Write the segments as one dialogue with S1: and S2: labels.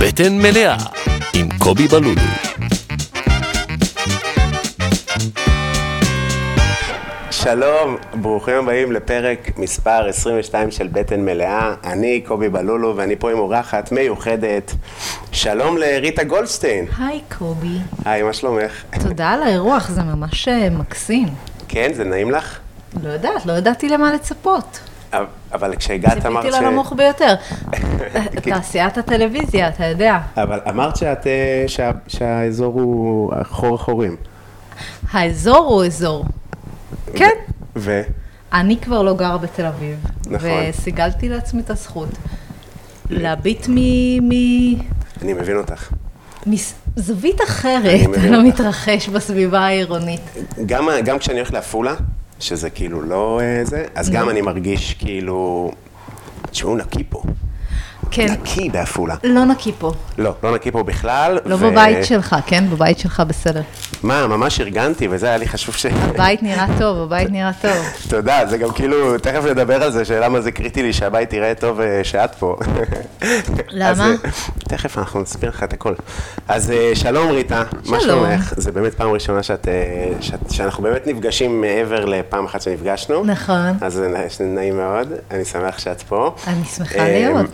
S1: בטן מלאה עם קובי בלולו.
S2: שלום, ברוכים הבאים לפרק מספר 22 של בטן מלאה. אני קובי בלולו ואני פה עם אורחת מיוחדת. שלום לריטה גולדשטיין.
S3: היי קובי,
S2: היי, מה שלומך?
S3: תודה על האירוח, זה ממש אה, מקסים.
S2: כן, זה נעים לך?
S3: לא יודעת, לא ידעתי למה לצפות.
S2: אבל- אבל כשהגעת אמרת
S3: ציפיתי
S2: ש...
S3: לנמוך ביותר. תעשיית הטלוויזיה, אתה יודע.
S2: אבל אמרת שאת, אה, שה- שהאזור הוא חור החורים.
S3: האזור הוא אזור. כן.
S2: ו...
S3: אני כבר לא גרה בתל אביב.
S2: נכון.
S3: וסיגלתי לעצמי את הזכות להביט מ- מ-
S2: אני מבין אותך.
S3: מזווית
S2: אני
S3: אחרת
S2: מבין
S3: על
S2: אותך.
S3: המתרחש בסביבה העירונית.
S2: גם, גם כשאני הולך לעפולה, שזה כאילו לא אה, זה, אז גם אני מרגיש כאילו... תשמעו, נקי פה.
S3: כן,
S2: נקי בעפולה.
S3: לא נקי פה.
S2: לא, לא נקי פה בכלל.
S3: לא
S2: ו-
S3: בבית שלך, כן? בבית שלך בסדר.
S2: מה, ממש ארגנתי, וזה היה לי חשוב ש...
S3: הבית נראה טוב, הבית נראה טוב.
S2: תודה, זה גם כאילו, תכף נדבר על זה, שלמה זה קריטי לי שהבית ייראה טוב אה, שאת פה.
S3: למה?
S2: אז, אה, תכף אנחנו נסביר לך את הכל. אז אה, שלום ריטה, מה
S3: שלום.
S2: שלומך? זה באמת פעם ראשונה שאת, אה, שאת- שאנחנו באמת נפגשים מעבר לפעם אחת שנפגשנו.
S3: נכון.
S2: אז זה נ- זה נעים מאוד, אני שמח שאת פה.
S3: אני שמחה
S2: אה,
S3: להיות.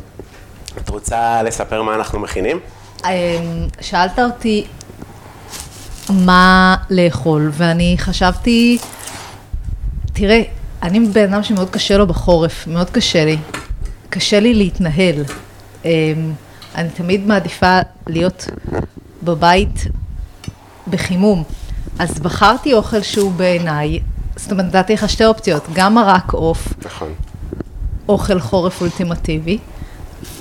S2: את רוצה לספר מה אנחנו מכינים?
S3: אמ, שאלת אותי מה לאכול, ואני חשבתי, תראה, אני בן אדם שמאוד קשה לו בחורף, מאוד קשה לי. קשה לי להתנהל. אמ, אני תמיד מעדיפה להיות בבית בחימום. אז בחרתי אוכל שהוא בעיניי, זאת אומרת, נתתי לך שתי אופציות, גם מרק עוף,
S2: נכון.
S3: אוכל חורף אולטימטיבי,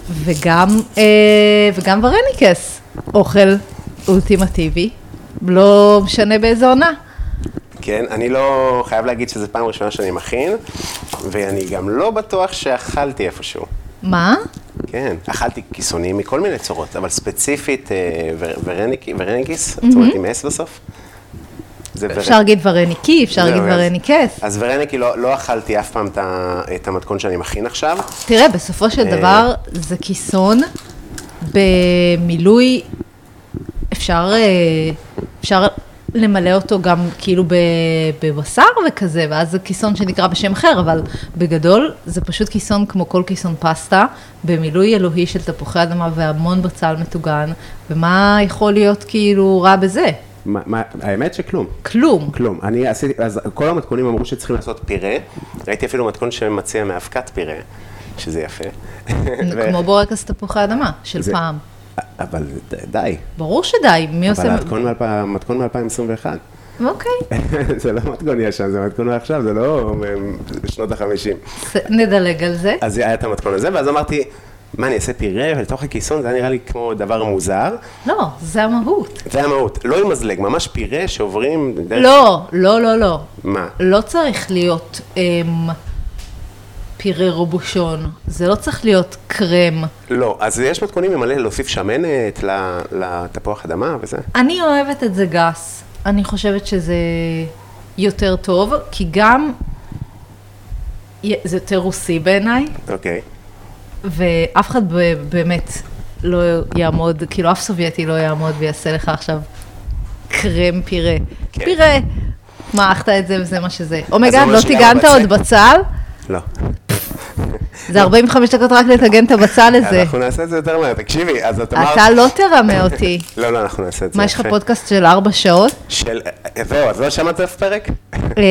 S3: וגם, אה, וגם ורניקס, אוכל אולטימטיבי, לא משנה באיזה עונה.
S2: כן, אני לא חייב להגיד שזו פעם ראשונה שאני מכין, ואני גם לא בטוח שאכלתי איפשהו.
S3: מה?
S2: כן, אכלתי כיסונים מכל מיני צורות, אבל ספציפית אה, ו- ורניק- ורניקיס, זאת אומרת עם אס בסוף. זה ור-
S3: אפשר להגיד ורניקי, אפשר
S2: זהו,
S3: להגיד
S2: אז-
S3: ורניקס.
S2: אז ורניקי לא לא אכלתי אף פעם את ה- את המתכון שאני מכין עכשיו.
S3: תראה, בסופו של
S2: אה.
S3: דבר זה כיסון במילוי, אפשר, אה, אפשר למלא אותו גם כאילו ב- בבשר וכזה, ואז זה כיסון שנקרא בשם אחר, אבל בגדול זה פשוט כיסון כמו כל כיסון פסטה, במילוי אלוהי של תפוחי אדמה והמון בצל מטוגן, ומה יכול להיות כאילו רע בזה?
S2: מה- מה- האמת שכלום.
S3: כלום.
S2: כלום. אני עשיתי, אז כל המתכונים אמרו שצריכים לעשות פירה. ראיתי אפילו מתכון שמציע מאבקת פירה, שזה יפה. ו-
S3: כמו בורקס תפוחי אדמה של
S2: זה-
S3: פעם.
S2: אבל ד- די.
S3: ברור שדי,
S2: אבל
S3: מי עושה...
S2: המתכון מאלפ- המתכון מ-2021.
S3: אוקיי.
S2: זה לא מתכון ישן, זה מתכון מעכשיו, זה לא מ- שנות החמישים.
S3: ס- נדלג על זה.
S2: אז היה את המתכון הזה, ואז אמרתי, מה, אני אעשה פירה ולתוך הכיסון, זה היה נראה לי כמו דבר מוזר.
S3: לא, זה המהות.
S2: זה המהות, לא עם מזלג, ממש פירה שעוברים דרך...
S3: לא, לא, לא, לא.
S2: מה?
S3: לא צריך להיות אמ, פירה רובושון, זה לא צריך להיות קרם.
S2: לא, אז יש מתכונים ממלא להוסיף שמנת ל- לתפוח אדמה וזה.
S3: אני אוהבת את זה גס, אני חושבת שזה יותר טוב, כי גם י- זה יותר רוסי בעיניי,
S2: אוקיי.
S3: ואף אחד ב- באמת לא יעמוד, כאילו אף סובייטי לא יעמוד ויעשה לך עכשיו קרם פירה.
S2: כן.
S3: פירה, מעכת את זה וזה מה שזה. אומייגאד,
S2: אומר
S3: לא
S2: שגם
S3: טיגנת
S2: הבצק-
S3: עוד בצל?
S2: לא.
S3: זה 45 דקות רק לטגן את הבצל הזה.
S2: אנחנו נעשה את זה יותר מהר, תקשיבי, אז את אמרת...
S3: אתה לא תרמה אותי.
S2: לא, לא, אנחנו נעשה את זה.
S3: מה, יש לך
S2: אחרי.
S3: פודקאסט של ארבע שעות?
S2: של... זהו, אז לא שמעת אף פרק?
S3: אה,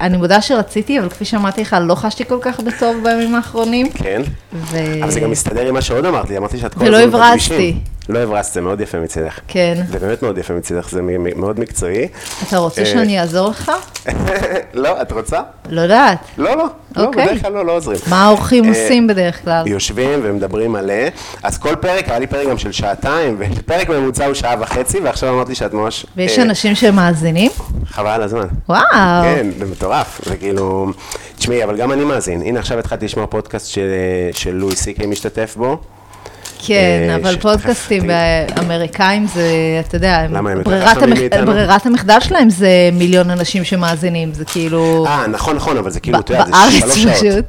S3: אני מודה שרציתי, אבל כפי שאמרתי לך, לא חשתי כל כך בטוב בימים האחרונים.
S2: כן.
S3: ו...
S2: אבל זה גם מסתדר עם מה שעוד אמרת לי, אמרתי שאת כל
S3: ולא
S2: הזמן
S3: הברזתי.
S2: בכבישים. לא הברזת, זה מאוד יפה מצדך.
S3: כן.
S2: זה באמת מאוד יפה מצדך, זה מ- מ- מאוד מקצועי.
S3: אתה רוצה
S2: אה,
S3: שאני אעזור לך?
S2: לא, את רוצה?
S3: לא יודעת.
S2: לא, לא. לא,
S3: אוקיי.
S2: בדרך כלל לא, לא עוזרים.
S3: מה האורחים
S2: אה,
S3: עושים בדרך כלל?
S2: יושבים ומדברים מלא, אז כל פרק, היה לי פרק גם של שעתיים, ופרק ממוצע הוא שעה וחצי, ועכשיו אמרת לי שאת ממש...
S3: ויש
S2: אה,
S3: אנשים שמאזינים?
S2: חבל על הזמן.
S3: וואו.
S2: כן, זה מטורף, זה כאילו... תשמעי, אבל גם אני מאזין. הנה, עכשיו התחלתי לשמוע פודקאסט של, של לואי סי.קיי משתתף בו. אה,
S3: כן,
S2: ש-
S3: אבל פודקאסטים
S2: תגיד.
S3: אמריקאים זה, אתה יודע, הם-
S2: למה הם יותר
S3: ברירת
S2: חכמים
S3: המח-
S2: מאיתנו?
S3: ברירת המחדל שלהם זה מיליון אנשים שמאזינים, זה כאילו...
S2: אה, נכון, נכון, אבל זה כאילו,
S3: ב-
S2: אתה יודע, זה
S3: בארץ
S2: שלוש שעות.
S3: פשוט.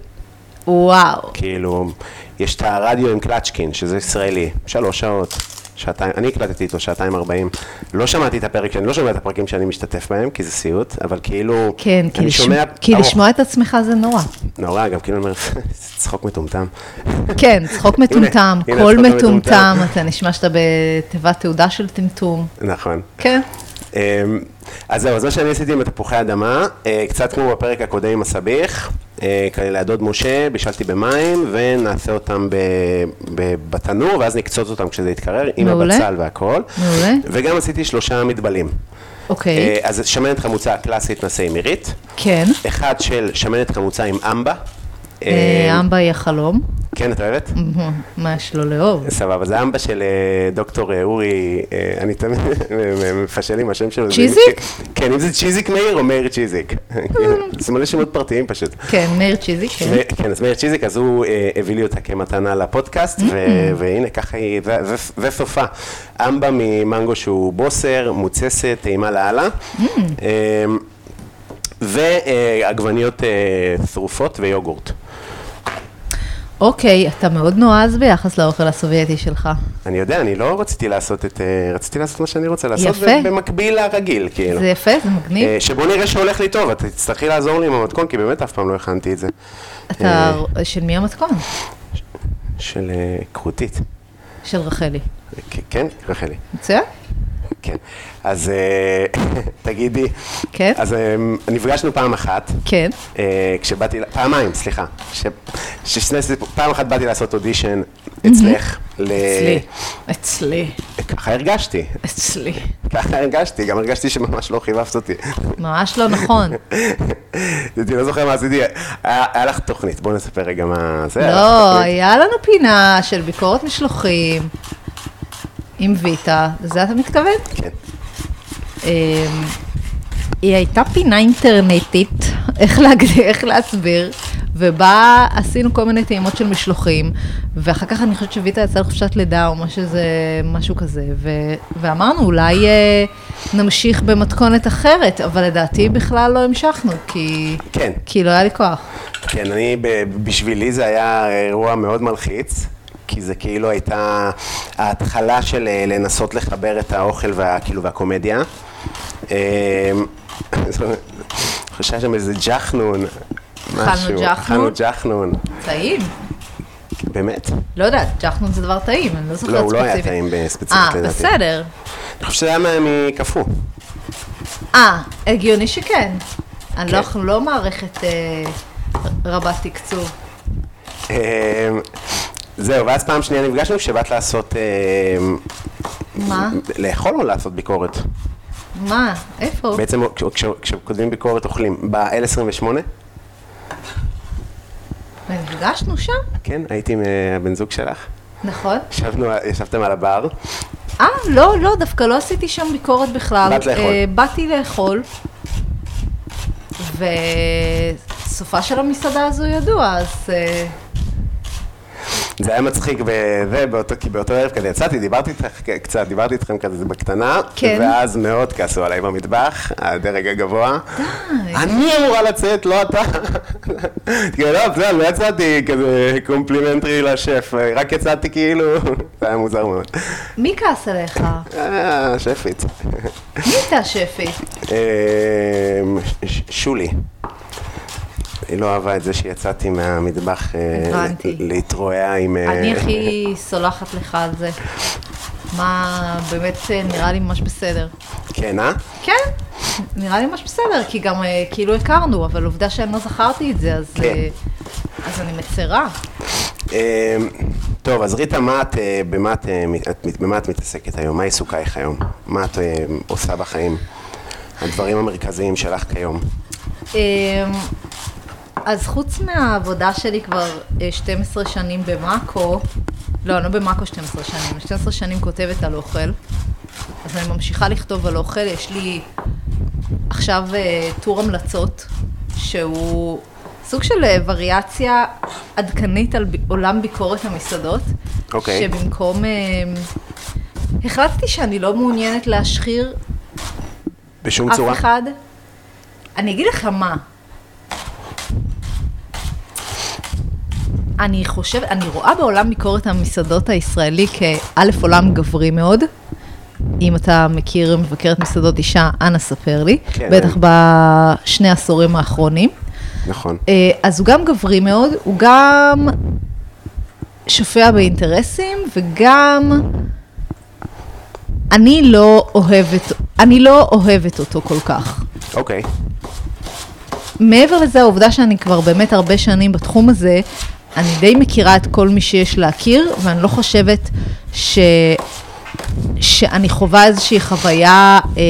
S3: וואו.
S2: כאילו, יש את הרדיו עם קלצ'קין, שזה ישראלי, שלוש שעות. שעתיים, אני הקלטתי איתו שעתיים ארבעים. לא שמעתי את הפרק, אני לא שומע את הפרקים שאני משתתף בהם, כי זה סיוט, אבל כאילו...
S3: כן, כי,
S2: אני
S3: לשמ...
S2: שומע
S3: כי
S2: ארוך.
S3: לשמוע את עצמך זה נורא.
S2: נורא, גם כאילו אני אומר, זה צחוק מטומטם.
S3: כן, צחוק
S2: הנה,
S3: מטומטם,
S2: הנה,
S3: קול
S2: צחוק
S3: מטומטם,
S2: מטומטם.
S3: אתה נשמע שאתה בתיבת תעודה של טמטום.
S2: נכון.
S3: כן.
S2: אמ, אז זהו, אז מה שאני עשיתי עם התפוחי אדמה, אה, קצת כמו בפרק הקודם עם הסביח, אה, כאלה הדוד משה, בישלתי במים, ונעשה אותם ב- ב- בתנור, ואז נקצוץ אותם כשזה יתקרר, עם
S3: מעולה.
S2: הבצל והכל.
S3: מעולה.
S2: וגם עשיתי שלושה מטבלים.
S3: אוקיי,
S2: אה, אז שמנת חמוצה קלאסית נעשה עם מירית,
S3: כן.
S2: אחד של שמנת חמוצה עם אמבה.
S3: אה,
S2: אה,
S3: אמבה היא החלום,
S2: כן, את אוהבת?
S3: מהמם, מה יש לו לאהוב?
S2: סבבה, זה אמבה של אה, דוקטור אה, אורי, אה, אני תמיד מפשל עם השם שלו. זה-
S3: צ'יזיק?
S2: כן, אם זה צ'יזיק מאיר או מאיר צ'יזיק. כן, זה מלא שמות פרטיים פשוט.
S3: כן, מאיר צ'יזי, כן.
S2: מ- כן, אז מאיר צ'יזיק, אז הוא אה, הביא לי אותה כמתנה לפודקאסט,
S3: Mm.
S2: ו- והנה ככה היא, ו- ו- וסופה. אמבה ממנגו שהוא בוסר, מוצסת, טעימה לאללה.
S3: Mm.
S2: אמ, ועגבניות אה, שרופות ויוגורט.
S3: אוקיי, אתה מאוד נועז ביחס לאוכל הסובייטי שלך.
S2: אני יודע, אני לא רציתי לעשות את... אה, רציתי לעשות מה שאני רוצה לעשות,
S3: יפה.
S2: במקביל לרגיל, כאילו.
S3: זה יפה, זה מגניב.
S2: אה, שבוא נראה שהולך לי טוב, את תצטרכי לעזור לי עם המתכון, כי באמת אף פעם לא הכנתי את זה.
S3: אתה, של מי המתכון?
S2: של אה, כרותית.
S3: של רחלי.
S2: כ- כן, רחלי.
S3: מצוין?
S2: כן. אז אה, תגידי.
S3: כן.
S2: אז אה, נפגשנו פעם אחת.
S3: כן.
S2: אה, כשבאתי, ל- פעמיים, סליחה. ש- ששני סיפור, פעם אחת באתי לעשות אודישן אצלך. ל-
S3: אצלי. אצלי.
S2: ככה הרגשתי,
S3: אצלי.
S2: ככה הרגשתי, גם הרגשתי שממש לא חיבבת אותי.
S3: ממש לא נכון.
S2: אני לא זוכר מה עשיתי, היה היה לך תוכנית, בואי נספר רגע מה זה. היה לך
S3: לא,
S2: תוכנית.
S3: היה לנו פינה של ביקורת משלוחים עם ויטה, לזה אתה מתכוון?
S2: כן.
S3: אמ, היא הייתה פינה אינטרנטית, איך, להגדיר, איך להסביר, ובה עשינו כל מיני טעימות של משלוחים, ואחר כך אני חושבת שוויטה יצאה לחופשת לידה או משהו, זה, משהו כזה, ו, ואמרנו אולי אה, נמשיך במתכונת אחרת, אבל לדעתי בכלל לא המשכנו, כי,
S2: כן.
S3: כי לא היה לי כוח.
S2: כן, אני, ב- בשבילי זה היה אירוע מאוד מלחיץ, כי זה כאילו הייתה ההתחלה של אה, לנסות לחבר את האוכל וה, כאילו, והקומדיה. אה, חושב שם איזה ג'חנון,
S3: אכלנו
S2: משהו.
S3: ג'חנון?
S2: אכלנו ג'חנון.
S3: טעים.
S2: באמת?
S3: לא יודעת, ג'חנון זה דבר טעים, אני לא זוכרת
S2: לא,
S3: ספציפית.
S2: הוא לא היה טעים ב- ספציפית
S3: אה,
S2: לדעתי.
S3: בסדר.
S2: אני חושב שזה היה מה- מקפוא.
S3: אה, הגיוני שכן. אני לא,
S2: כן.
S3: לא מערכת אה, רבת תקצוב.
S2: אה, זהו, ואז פעם שנייה נפגשנו כשבאת לעשות... אה,
S3: מה?
S2: לאכול או לעשות ביקורת?
S3: מה? איפה?
S2: בעצם כש- כש- כשכותבים ביקורת אוכלים. ב-L28?
S3: נפגשנו שם?
S2: כן, הייתי עם אה, הבן זוג שלך,
S3: נכון.
S2: ישבנו, ישבתם על הבר,
S3: אה, לא, לא, דווקא לא עשיתי שם ביקורת בכלל.
S2: באת לאכול.
S3: אה, באתי לאכול, וסופה של המסעדה הזו ידוע, אז... אה,
S2: זה היה מצחיק, וזה, באותו, כי באותו ערב כזה יצאתי, דיברתי איתך כ- קצת, דיברתי איתכם כזה בקטנה,
S3: כן.
S2: ואז מאוד כעסו עליי במטבח, הדרג הגבוה, אני אמורה לצאת, לא אתה, כאילו, לא, בסדר, לא יצאתי כזה קומפלימנטרי לשף, רק יצאתי כאילו, זה היה מוזר מאוד,
S3: מי כעס עליך?
S2: אה, שפית,
S3: מי הייתה השפית?
S2: אה, ש- שולי. היא לא אהבה את זה שיצאתי מהמטבח אה,
S3: הבנתי.
S2: להתרועע עם... אה,
S3: אני הכי סולחת לך על זה. מה, באמת אה, נראה לי ממש בסדר.
S2: כן, אה?
S3: כן, נראה לי ממש בסדר, כי גם אה, כאילו הכרנו, אבל עובדה שאני לא זכרתי את זה, אז,
S2: כן.
S3: אה, אז אני מצרה.
S2: אה, טוב, אז ריטה, מה את, אה, במה את, אה, מת- את- במה את מתעסקת היום? מה עיסוקייך היום? מה את אה, עושה בחיים? הדברים המרכזיים שלך כיום.
S3: אמ, אז חוץ מהעבודה שלי כבר אה, 12 שנים במאקו, לא, אני לא במאקו 12 שנים, 12 שנים כותבת על אוכל, אז אני ממשיכה לכתוב על אוכל, יש לי עכשיו אה, טור המלצות, שהוא סוג של אה, וריאציה עדכנית על ב- עולם ביקורת המסעדות,
S2: אוקיי.
S3: שבמקום, אה, החלטתי שאני לא מעוניינת להשחיר
S2: בשום
S3: אף
S2: צורה?
S3: אחד. אני אגיד לך מה. אני חושבת, אני רואה בעולם ביקורת המסעדות הישראלי כא' עולם גברי מאוד. אם אתה מכיר מבקרת מסעדות אישה, אנא ספר לי.
S2: כן.
S3: בטח בשני העשורים האחרונים.
S2: נכון.
S3: אה, אז הוא גם גברי מאוד, הוא גם שופע באינטרסים, וגם... אני לא אוהבת, אני לא אוהבת אותו כל כך.
S2: אוקיי.
S3: מעבר לזה, העובדה שאני כבר באמת הרבה שנים בתחום הזה, אני די מכירה את כל מי שיש להכיר, ואני לא חושבת ש... שאני חווה איזושהי חוויה אה,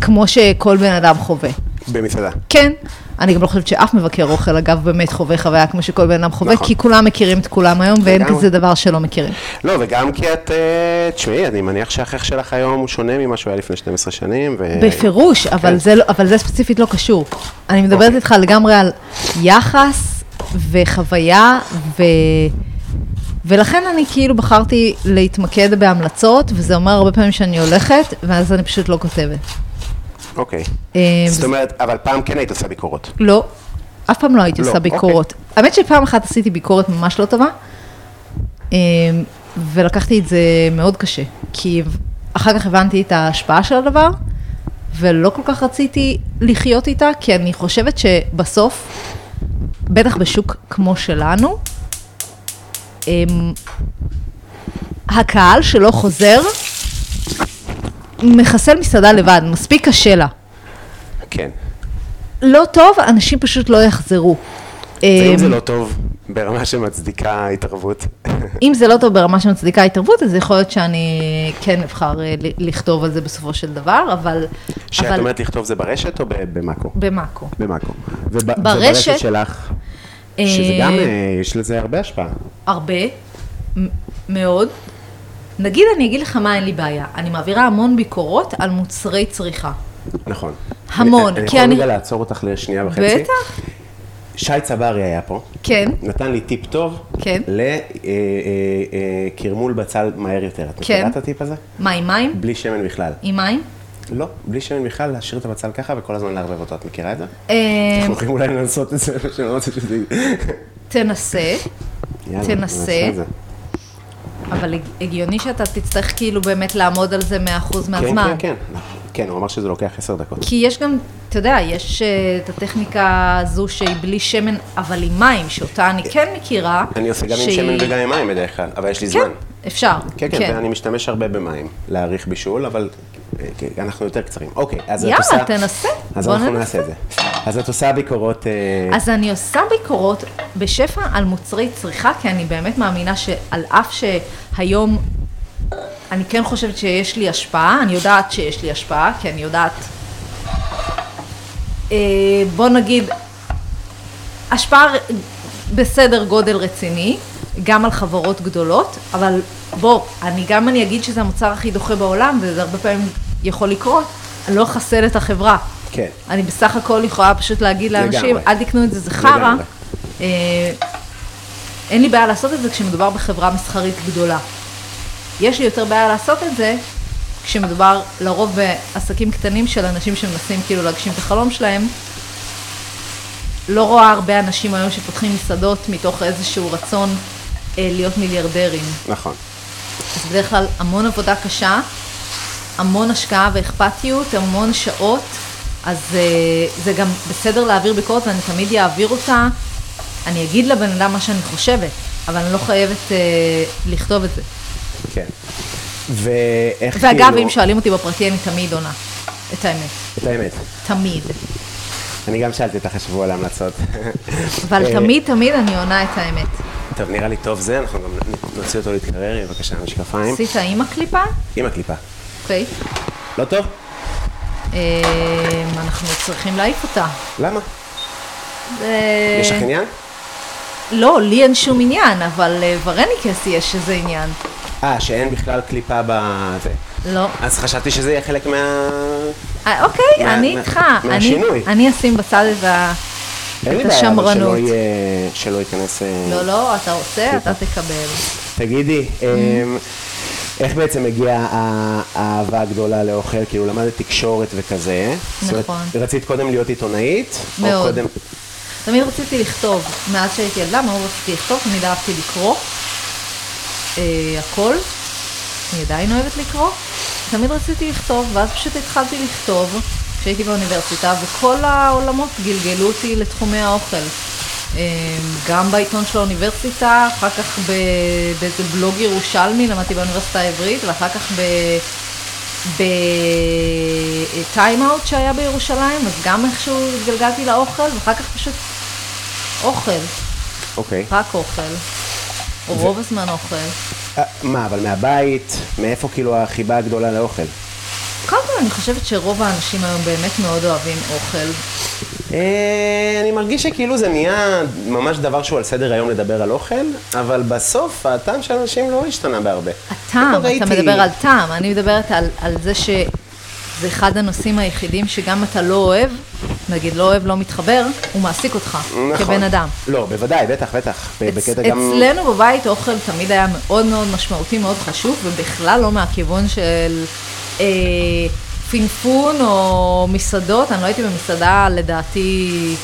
S3: כמו שכל בן אדם חווה.
S2: במסעדה.
S3: כן, אני גם לא חושבת שאף מבקר אוכל, אגב, באמת חווה חוויה כמו שכל בן אדם חווה,
S2: נכון.
S3: כי כולם מכירים את כולם היום, ואין
S2: לגמרי.
S3: כזה דבר שלא מכירים.
S2: לא, וגם כי את, אה, תשמעי, אני מניח שהחייך שלך היום הוא שונה ממה שהוא היה לפני 12 שנים, ו...
S3: בפירוש, אבל,
S2: אה, כן. אוקיי.
S3: זה, לא- אבל זה ספציפית לא קשור. אני מדברת איתך לגמרי על יחס וחוויה, ו... ולכן אני כאילו בחרתי להתמקד בהמלצות, וזה אומר הרבה פעמים שאני הולכת, ואז אני פשוט לא כותבת.
S2: אוקיי.
S3: אה,
S2: זאת אומרת, אבל פעם כן היית עושה ביקורות.
S3: לא, אף פעם לא הייתי
S2: לא,
S3: עושה
S2: אוקיי.
S3: ביקורות. האמת שפעם אחת עשיתי ביקורת ממש לא טובה, אמ, ולקחתי את זה מאוד קשה, כי אחר כך הבנתי את ההשפעה של הדבר, ולא כל כך רציתי לחיות איתה, כי אני חושבת שבסוף, בטח בשוק כמו שלנו, אמ, הקהל שלא חוזר, מחסל מסעדה לבד, מספיק קשה לה.
S2: כן.
S3: לא טוב, אנשים פשוט לא יחזרו.
S2: ואם
S3: אמ,
S2: זה לא טוב, ברמה שמצדיקה התערבות.
S3: אם זה לא טוב ברמה שמצדיקה התערבות, אז יכול להיות שאני כן אבחר אה, ל- לכתוב על זה בסופו של דבר, אבל...
S2: שאת
S3: אבל-
S2: אומרת לכתוב זה ברשת או ב- במאקו?
S3: במאקו.
S2: במאקו. וב-
S3: ברשת.
S2: וברשת שלך, שזה גם,
S3: אה,
S2: אה, יש לזה הרבה השפעה.
S3: הרבה, מ- מאוד. נגיד, אני אגיד לך מה אין לי בעיה, אני מעבירה המון ביקורות על מוצרי צריכה.
S2: נכון.
S3: המון,
S2: אני,
S3: כי
S2: אני...
S3: אני-
S2: יכול רגע לעצור אותך לשנייה וחצי?
S3: בטח.
S2: שי צברי היה פה.
S3: כן.
S2: נתן לי טיפ טוב. אה,
S3: כן.
S2: לקרמול אה, בצל מהר יותר. את מכירה
S3: כן.
S2: את הטיפ הזה?
S3: מה, עם מים?
S2: בלי שמן בכלל.
S3: עם מים?
S2: לא, בלי שמן בכלל, להשאיר את הבצל ככה וכל הזמן לערבב אותו. את מכירה את זה?
S3: אה,
S2: אנחנו הולכים אולי לנסות את זה, שאני לא רוצה שזה...
S3: תנסה,
S2: יאללה,
S3: תנסה.
S2: נעשה את זה.
S3: אבל הגיוני שאתה תצטרך כאילו באמת לעמוד על זה 100%
S2: כן,
S3: מהזמן.
S2: כן, כן. כן, הוא אמר שזה לוקח עשר דקות.
S3: כי יש גם, אתה יודע, יש אה, את הטכניקה הזו שהיא בלי שמן, אבל עם מים, שאותה אני כן מכירה.
S2: אני עושה גם עם
S3: שהיא-
S2: שמן וגם עם מים בדרך כלל, אבל יש לי זמן.
S3: כן, אפשר.
S2: כן, כן, ואני משתמש הרבה במים להאריך בישול, אבל אה, כן, אנחנו יותר קצרים. אוקיי, אז את
S3: יאללה,
S2: עושה...
S3: תנסה.
S2: אז
S3: בוא
S2: אנחנו
S3: ננסה.
S2: נעשה את זה. אז את עושה ביקורות... אה,
S3: אז אני עושה ביקורות בשפע על מוצרי צריכה, כי אני באמת מאמינה שעל אף שהיום אני כן חושבת שיש לי השפעה, אני יודעת שיש לי השפעה, כי אני יודעת, אה, בוא נגיד, השפעה ר- בסדר גודל רציני, גם על חברות גדולות, אבל בוא, אני גם אני אגיד שזה המוצר הכי דוחה בעולם, וזה הרבה פעמים יכול לקרות, אני לא אחסל את החברה.
S2: כן.
S3: אני בסך הכל יכולה פשוט להגיד לאנשים,
S2: לגמרי.
S3: אל תקנו את זה, זה חרא.
S2: לגמרי.
S3: אה, אין לי בעיה לעשות את זה כשמדובר בחברה מסחרית גדולה. יש לי יותר בעיה לעשות את זה כשמדובר לרוב בעסקים קטנים של אנשים שמנסים כאילו להגשים את החלום שלהם. לא רואה הרבה אנשים היום שפותחים מסעדות מתוך איזשהו רצון אה, להיות מיליארדרים.
S2: נכון.
S3: אז בדרך כלל המון עבודה קשה, המון השקעה ואכפתיות, המון שעות, אז אה, זה גם בסדר להעביר ביקורת ואני תמיד אעביר אותה. אני אגיד לבן אדם מה שאני חושבת, אבל אני לא חייבת אה, לכתוב את זה.
S2: כן. ואיך כאילו...
S3: ואגב, אם שואלים אותי בפרטי, אני תמיד עונה. את האמת,
S2: את האמת,
S3: תמיד.
S2: אני גם שאלתי אותך השבוע על ההמלצות.
S3: אבל
S2: אה,
S3: תמיד תמיד אני עונה את האמת.
S2: טוב, נראה לי טוב זה, אנחנו גם נוציא אותו להתקרר, בבקשה, משקפיים.
S3: עשית עם הקליפה?
S2: עם הקליפה.
S3: אוקיי.
S2: לא טוב?
S3: אה, אנחנו צריכים להעיף אותה.
S2: למה?
S3: אה,
S2: יש לך עניין?
S3: לא, לי אין שום עניין, אבל אה, ורניקס יש איזה עניין.
S2: אה, שאין בכלל קליפה בזה.
S3: לא.
S2: אז חשבתי שזה יהיה חלק מה...
S3: אה, אוקיי,
S2: מה-
S3: אני
S2: מה-
S3: איתך. אני-
S2: מהשינוי.
S3: אני אשים בצד את ה...
S2: אין לי
S3: את
S2: בעיה, אבל שלא
S3: השמרנות.
S2: יהיה... שלא ייכנס... אה,
S3: לא, אה. לא, אתה רוצה, אתה תקבל.
S2: תגידי, אמ, איך בעצם הגיעה הא- האהבה הגדולה לאוכל? כאילו, למדת תקשורת וכזה. זאת אומרת,
S3: נכון.
S2: רצית קודם להיות עיתונאית? או
S3: מאוד.
S2: קודם-
S3: תמיד רציתי לכתוב, מאז שהייתי ילדה, מאוד רציתי לכתוב, תמיד אהבתי לקרוא, אה, הכל, אני עדיין אוהבת לקרוא, תמיד רציתי לכתוב, ואז פשוט התחלתי לכתוב, כשהייתי באוניברסיטה, וכל העולמות גלגלו אותי לתחומי האוכל. אה, גם בעיתון של האוניברסיטה, אחר כך ב- באיזה בלוג ירושלמי, למדתי באוניברסיטה העברית, ואחר כך ב... בטיימאוט שהיה בירושלים, אז גם איכשהו התגלגלתי לאוכל, ואחר כך פשוט אוכל,
S2: אוקיי.
S3: רק אוכל, או רוב הזמן אוכל.
S2: אה, מה, אבל מהבית, מאיפה כאילו החיבה הגדולה לאוכל?
S3: קודם כל אני חושבת שרוב האנשים היום באמת מאוד אוהבים אוכל.
S2: אה, אני מרגיש שכאילו זה נהיה ממש דבר שהוא על סדר היום לדבר על אוכל, אבל בסוף הטעם של אנשים לא השתנה בהרבה.
S3: הטעם,
S2: כבר
S3: אתה
S2: ראיתי-
S3: מדבר על טעם, אני מדברת על, על זה שזה אחד הנושאים היחידים שגם אתה לא אוהב, נגיד לא אוהב, לא מתחבר, הוא מעסיק אותך
S2: נכון.
S3: כבן אדם.
S2: לא, בוודאי, בטח, בטח. ב-
S3: אצ-
S2: בקטע גם...
S3: אצלנו בבית אוכל תמיד היה מאוד מאוד משמעותי, מאוד חשוב, ובכלל לא מהכיוון של אה, פינפון או מסעדות. אני לא הייתי במסעדה, לדעתי,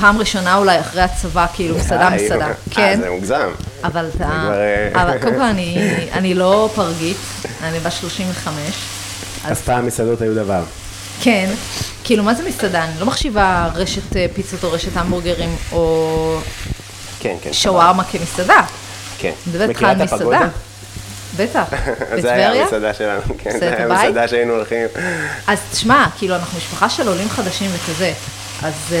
S3: פעם ראשונה אולי אחרי הצבא, כאילו, מסעדה,
S2: אה,
S3: מסעדה.
S2: אה,
S3: כן,
S2: זה מוגזם.
S3: אבל אתה...
S2: כבר, אה,
S3: אבל קודם כל, אני, אני לא פרגית, אני בת 35.
S2: אז פעם מסעדות היו דבר.
S3: כן, כאילו מה זה מסעדה? אני לא מחשיבה רשת אה, פיצות או רשת המבורגרים או
S2: כן, כן.
S3: שווארמה כמסעדה.
S2: כן.
S3: מדברת איתך
S2: מכירה
S3: על
S2: את הפגודה?
S3: מסעדה. בטח,
S2: זה היה
S3: בטבריה.
S2: המסעדה שלנו, כן, זה
S3: מסעדת
S2: היה
S3: הבית?
S2: המסעדה שהיינו הולכים.
S3: אז תשמע, כאילו, אנחנו משפחה של עולים חדשים וכזה, אז אה,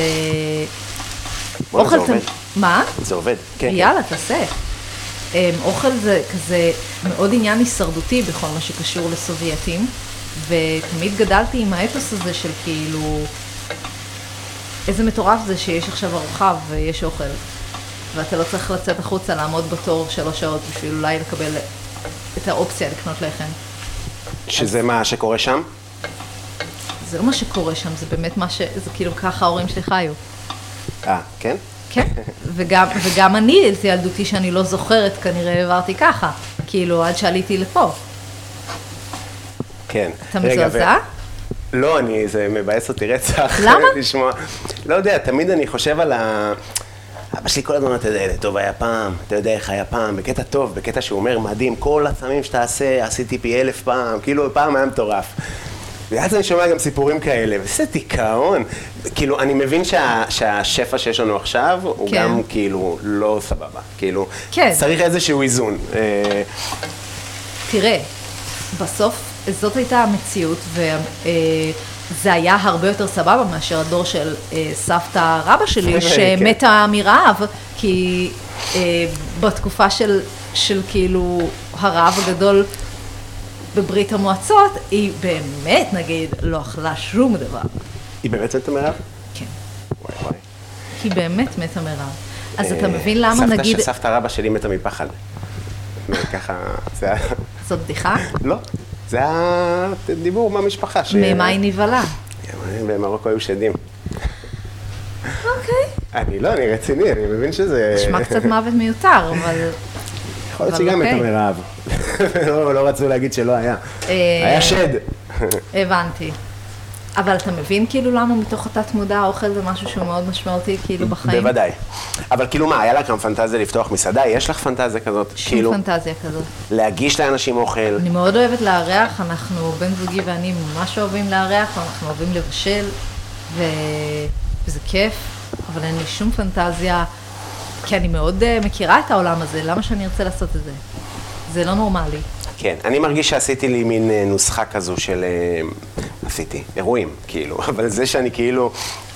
S2: בואנה, זה
S3: אוכל...
S2: עובד.
S3: תמ- מה?
S2: זה עובד, כן. כן.
S3: יאללה, תעשה. אה, אוכל זה כזה מאוד עניין הישרדותי בכל מה שקשור לסובייטים, ותמיד גדלתי עם האתוס הזה של כאילו, איזה מטורף זה שיש עכשיו ארוחה ויש אוכל, ואתה לא צריך לצאת החוצה, לעמוד בתור שלוש שעות בשביל אולי לקבל את האופציה לקנות לחם.
S2: שזה מה שקורה שם?
S3: זה לא מה שקורה שם, זה באמת מה ש... זה כאילו ככה ההורים שלי חיו.
S2: אה, כן?
S3: כן, וגם, וגם אני, את ילדותי שאני לא זוכרת, כנראה העברתי ככה. כאילו, עד שעליתי לפה.
S2: כן.
S3: אתה
S2: רגע, ו-
S3: מזועזע?
S2: לא, אני, זה מבאס אותי רצח.
S3: למה?
S2: לשמוע. לא יודע, תמיד אני חושב על ה... אבא שלי כל הזמן, אתה יודע, טוב היה פעם, אתה יודע איך היה פעם, בקטע טוב, בקטע שהוא אומר, מדהים, כל הסמים שתעשה, עשיתי פי אלף פעם, כאילו פעם היה מטורף. ואז אני שומע גם סיפורים כאלה, וזה דיכאון. כאילו, אני מבין שה, שהשפע שיש לנו עכשיו, הוא
S3: כן.
S2: גם כאילו לא סבבה. כאילו,
S3: כן.
S2: צריך איזשהו איזון. אה,
S3: תראה, בסוף זאת הייתה המציאות, וזה היה הרבה יותר סבבה מאשר הדור של אה, סבתא רבא שלי,
S2: כן.
S3: שמתה מרעב, כי אה, בתקופה של, של כאילו הרעב הגדול בברית המועצות, היא באמת, נגיד, לא אכלה שום דבר.
S2: היא באמת מתה מירב?
S3: כן.
S2: וואי וואי.
S3: היא באמת מתה מרעב. אז אתה
S2: אה,
S3: מבין למה,
S2: סבתא
S3: נגיד,
S2: של סבתא רבא שלי מתה מפחד. ככה, זה היה...
S3: זאת בדיחה?
S2: לא, זה היה דיבור מהמשפחה. ש- אה,
S3: ממה היא נבהלה?
S2: במרוקו היו שדים.
S3: אוקיי.
S2: אני לא, אני רציני, אני מבין שזה...
S3: נשמע קצת מוות מיותר, אבל...
S2: יכול להיות
S3: אבל
S2: שגם מתה
S3: אוקיי.
S2: מרעב. לא לא רצו להגיד שלא היה.
S3: אה,
S2: היה שד.
S3: הבנתי. אבל אתה מבין כאילו למה מתוך התת מודע האוכל זה משהו שהוא מאוד משמעותי כאילו בחיים?
S2: בוודאי. אבל כאילו מה, היה לך גם פנטזיה לפתוח מסעדה? יש לך פנטזיה כזאת?
S3: שום
S2: כאילו,
S3: פנטזיה כזאת.
S2: להגיש לאנשים אוכל?
S3: אני מאוד אוהבת לארח, אנחנו, בן זוגי ואני ממש אוהבים לארח, אנחנו אוהבים לבשל, ו... וזה כיף, אבל אין לי שום פנטזיה, כי אני מאוד אה, מכירה את העולם הזה, למה שאני ארצה לעשות את זה? זה לא נורמלי.
S2: כן, אני מרגיש שעשיתי לי מין אה, נוסחה כזו של... אה, עשיתי, אירועים, כאילו, אבל זה שאני כאילו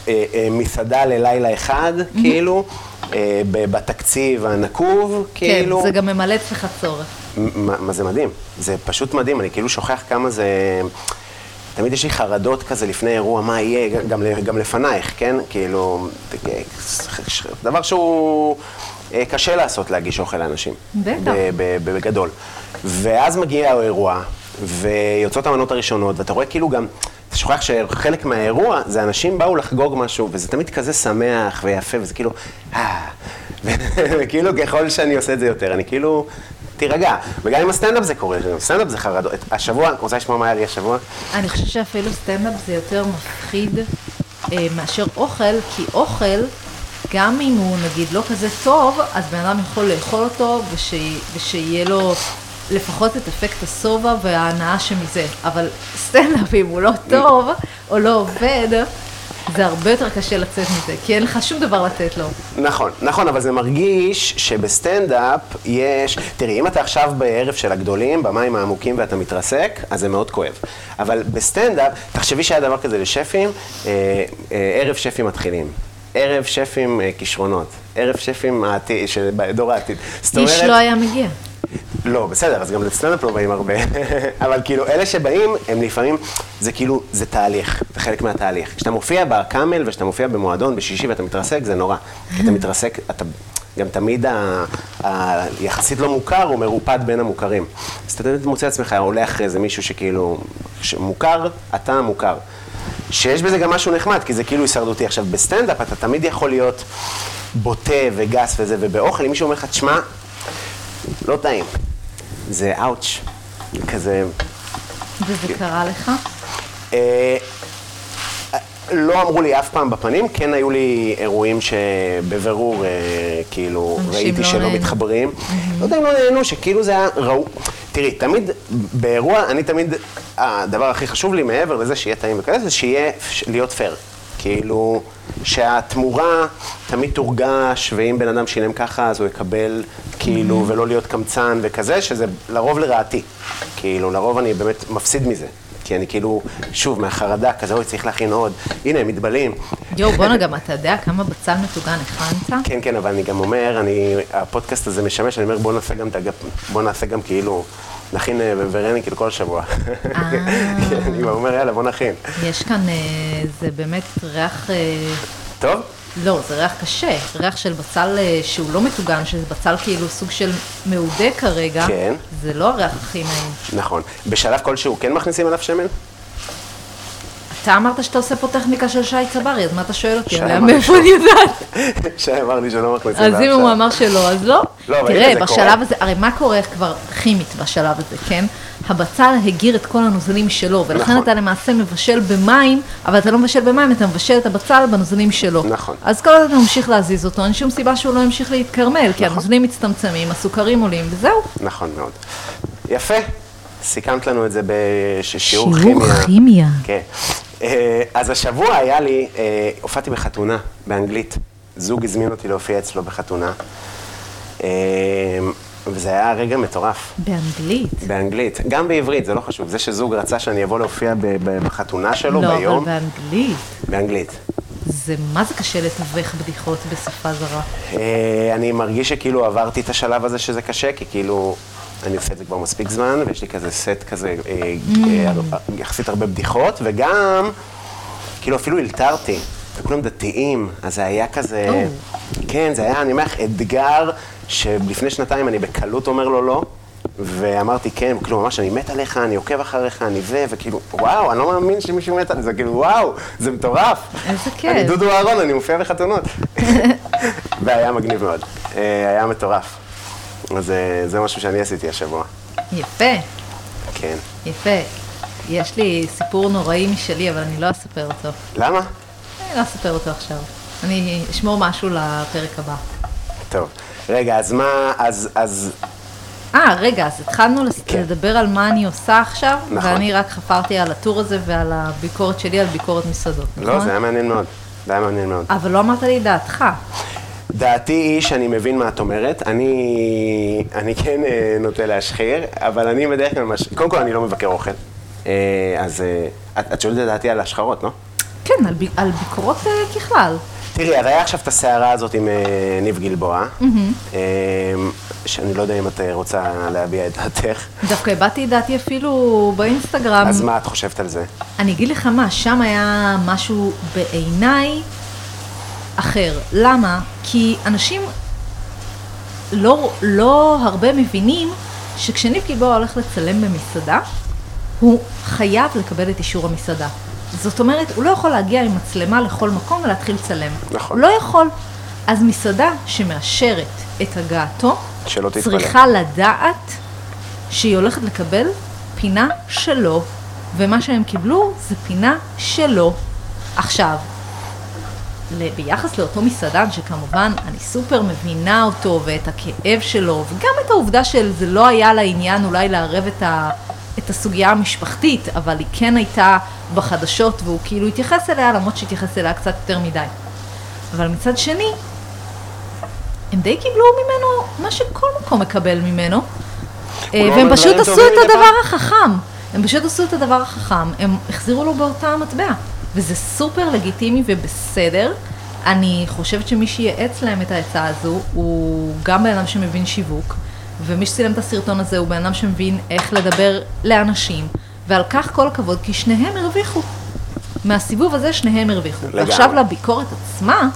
S2: אה, אה, מסעדה ללילה אחד, כאילו, אה, ב- בתקציב הנקוב, כאילו...
S3: כן, זה גם ממלא אצלך צורך.
S2: מה מה זה מדהים, זה פשוט מדהים, אני כאילו שוכח כמה זה... תמיד יש לי חרדות כזה לפני אירוע, מה יהיה, גם, ל- גם לפנייך, כן? כאילו, דבר שהוא אה, קשה לעשות, להגיש אוכל לאנשים.
S3: בטח.
S2: ב- ב- ב- בגדול. ואז מגיע האירוע, ויוצאות המנות הראשונות, ואתה רואה כאילו גם, אתה שוכח שחלק מהאירוע זה אנשים באו לחגוג משהו, וזה תמיד כזה שמח ויפה, וזה כאילו, אה... וכאילו ככל שאני עושה את זה יותר, אני כאילו, תירגע. וגם עם הסטנדאפ זה קורה, גם עם הסטנדאפ זה חרדות. את- השבוע, רוצה לשמוע מה היה לי השבוע?
S3: אני חושבת שאפילו סטנדאפ זה יותר מפחיד אה, מאשר אוכל, כי אוכל גם אם הוא נגיד לא כזה טוב, אז בן אדם יכול לאכול אותו וש... ושיהיה לו לפחות את אפקט השובע וההנאה שמזה. אבל סטנדאפ, אם הוא לא טוב או לא עובד, זה הרבה יותר קשה לצאת מזה, כי אין לך שום דבר לתת לו.
S2: נכון, נכון, אבל זה מרגיש שבסטנדאפ יש... תראי, אם אתה עכשיו בערב של הגדולים, במים העמוקים ואתה מתרסק, אז זה מאוד כואב. אבל בסטנדאפ, תחשבי שהיה דבר כזה לשפים, אה, אה, ערב שפים מתחילים. ערב שפים אה, כישרונות, ערב שפים העתיד, של דור העתיד. זאת
S3: איש לא היה מגיע.
S2: לא, בסדר, אז גם לסטנדאפ לא באים הרבה. אבל כאילו, אלה שבאים, הם לפעמים, זה כאילו, זה תהליך, זה חלק מהתהליך. כשאתה מופיע בקאמל וכשאתה מופיע במועדון בשישי ואתה מתרסק, זה נורא. כי אתה מתרסק, אתה גם תמיד ה- היחסית לא מוכר, הוא מרופד בין המוכרים. אז אתה תמיד מוצא עצמך עולה אחרי איזה מישהו שכאילו, מוכר, אתה מוכר. שיש בזה גם משהו נחמד, כי זה כאילו הישרדותי. עכשיו, בסטנדאפ אתה תמיד יכול להיות בוטה וגס וזה, ובאוכל, אם מישהו אומר לך, תשמע, לא טעים. זה אאוץ', כזה...
S3: וזה קרה לך?
S2: אה, לא אמרו לי אף פעם בפנים, כן היו לי אירועים שבבירור, אה, כאילו,
S3: אנשים
S2: ראיתי
S3: לא
S2: שלא
S3: נהנו.
S2: מתחברים. לא יודע אם לא נהנו, שכאילו זה היה ראו... תראי, תמיד, באירוע, אני תמיד, הדבר הכי חשוב לי מעבר לזה שיהיה טעים וכאלה, זה שיהיה, ש- להיות פייר. כאילו, שהתמורה תמיד תורגש, ואם בן אדם שילם ככה, אז הוא יקבל, כאילו, ולא להיות קמצן וכזה, שזה לרוב לרעתי. כאילו, לרוב אני באמת מפסיד מזה. כי אני כאילו, שוב, מהחרדה כזה, אוי, צריך להכין עוד. הנה, הם מתבלים.
S3: יואו, בואנה, גם אתה יודע כמה בצל מטוגן הכנת?
S2: כן, כן, אבל אני גם אומר, אני, הפודקאסט הזה משמש, אני אומר, בוא נעשה גם את הגפ... בוא נעשה גם כאילו, נכין אה, בברני כאילו כל שבוע.
S3: אה.
S2: כן, אני גם אומר, יאללה, בוא נכין.
S3: יש כאן, אה, זה באמת ריח, אה,
S2: טוב?
S3: לא, זה ריח קשה, ריח של בצל אה, שהוא לא מטוגן, שזה בצל כאילו סוג של מעודה כרגע.
S2: כן.
S3: זה לא הריח הכי נעים.
S2: נכון. בשלב כלשהו כן מכניסים עליו שמן?
S3: אתה אמרת שאתה עושה פה טכניקה של שי צברי, אז מה אתה שואל אותי?
S2: שי
S3: עליה?
S2: אמר
S3: מאיפה אני יודעת?
S2: שי אמר לי שלא מכניסים
S3: אז
S2: עליו
S3: אם הוא אמר שלא, אז לא.
S2: לא, אבל
S3: תראה,
S2: הנה, זה קורה.
S3: בשלב הזה, הרי מה קורה כבר כימית בשלב הזה, כן? הבצל הגיר את כל הנוזלים שלו, ולכן
S2: נכון.
S3: אתה למעשה מבשל במים, אבל אתה לא מבשל במים, אתה מבשל את הבצל בנוזלים שלו.
S2: נכון.
S3: אז כל הזמן אתה ממשיך להזיז אותו, אין שום סיבה שהוא לא ימשיך להתקרמל, כי הנוזלים מצטמצמים, הסוכרים עולים, וזהו.
S2: נכון מאוד. יפה. סיכמת לנו את זה בשיעור
S3: שיעור
S2: כימיה.
S3: כימיה.
S2: כן. אה, אז השבוע היה לי, אה, הופעתי בחתונה באנגלית. זוג הזמין אותי להופיע אצלו בחתונה. אה, וזה היה רגע מטורף.
S3: באנגלית.
S2: באנגלית, גם בעברית, זה לא חשוב. זה שזוג רצה שאני אבוא להופיע ב- ב- בחתונה שלו
S3: לא, אבל
S2: ביום,
S3: באנגלית.
S2: באנגלית.
S3: זה מה זה קשה לתווך בדיחות בשפה זרה.
S2: אה, אני מרגיש שכאילו עברתי את השלב הזה שזה קשה, כי כאילו, אני עושה את זה כבר מספיק זמן, ויש לי כזה סט כזה, אה, אה, יחסית הרבה בדיחות, וגם, כאילו אפילו הלתרתי, וכולם דתיים, אז זה היה כזה, כן, זה היה, אני אומר לך, אתגר שלפני שנתיים אני בקלות אומר לו לא. ואמרתי, כן, כאילו, ממש, אני מת עליך, אני עוקב אחריך, אני זה, וכאילו, וואו, אני לא מאמין שמישהו מת עליי, זה כאילו, וואו, זה מטורף.
S3: איזה כיף.
S2: אני דודו אהרון, אני מופיע בחתונות. והיה מגניב מאוד. אה, היה מטורף. אז אה, זה משהו שאני עשיתי השבוע.
S3: יפה,
S2: כן.
S3: יפה. יש לי סיפור נוראי משלי, אבל אני לא אספר אותו.
S2: למה?
S3: אני לא אספר אותו עכשיו. אני אשמור משהו לפרק הבא.
S2: טוב. רגע, אז מה, אז, אז,
S3: אה, רגע, אז התחלנו לס-
S2: כן.
S3: לדבר על מה אני עושה עכשיו,
S2: נכון.
S3: ואני רק חפרתי על הטור הזה ועל הביקורת שלי על ביקורת מסעדות,
S2: לא,
S3: נכון?
S2: זה היה מעניין מאוד. זה היה מעניין מאוד.
S3: אבל לא אמרת לי דעתך.
S2: דעתי היא שאני מבין מה את אומרת, אני, אני כן אה, נוטה להשחיר, אבל אני בדרך כלל, מש... קודם כל אני לא מבקר אוכל, אה, אז אה, את, את שואלת את דעתי על השחרות, לא?
S3: כן, על, בי- על ביקורות אה, ככלל.
S2: תראי, הרי היה עכשיו את הסערה הזאת עם אה, ניב גלבוע,
S3: Mm-hmm.
S2: אה, שאני לא יודע אם את אה, רוצה להביע את דעתך,
S3: דווקא הבעתי את דעתי אפילו באינסטגרם.
S2: אז מה את חושבת על זה?
S3: אני אגיד לך מה, שם היה משהו בעיניי אחר. למה? כי אנשים לא, לא הרבה מבינים שכשניב גלבוע הולך לצלם במסעדה, הוא חייב לקבל את אישור המסעדה. זאת אומרת, הוא לא יכול להגיע עם מצלמה לכל מקום ולהתחיל לצלם.
S2: נכון.
S3: הוא לא יכול. אז מסעדה שמאשרת את הגעתו,
S2: שלא תתפלא.
S3: צריכה לדעת שהיא הולכת לקבל פינה שלו, ומה שהם קיבלו זה פינה שלו. עכשיו, ל- ביחס לאותו מסעדן, שכמובן אני סופר מבינה אותו ואת הכאב שלו, וגם את העובדה שזה לא היה לה עניין אולי לערב את, ה, את הסוגיה המשפחתית, אבל היא כן הייתה בחדשות והוא כאילו התייחס אליה, למרות שהתייחס אליה קצת יותר מדי. אבל מצד שני, הם די קיבלו ממנו מה שכל מקום מקבל ממנו,
S2: לא
S3: אה,
S2: אומר
S3: והם פשוט
S2: דברים
S3: עשו
S2: טובים
S3: את
S2: מדי פעם?
S3: הדבר החכם. הם פשוט עשו את הדבר החכם, הם החזירו לו באותה המטבע. וזה סופר לגיטימי ובסדר. אני חושבת שמי שייעץ להם את העצה הזו, הוא גם בן אדם שמבין שיווק, ומי שצילם את הסרטון הזה הוא בן אדם שמבין איך לדבר לאנשים, ועל כך כל הכבוד, כי שניהם הרוויחו. מהסיבוב הזה שניהם הרוויחו.
S2: לגמרי.
S3: ועכשיו לביקורת עצמה,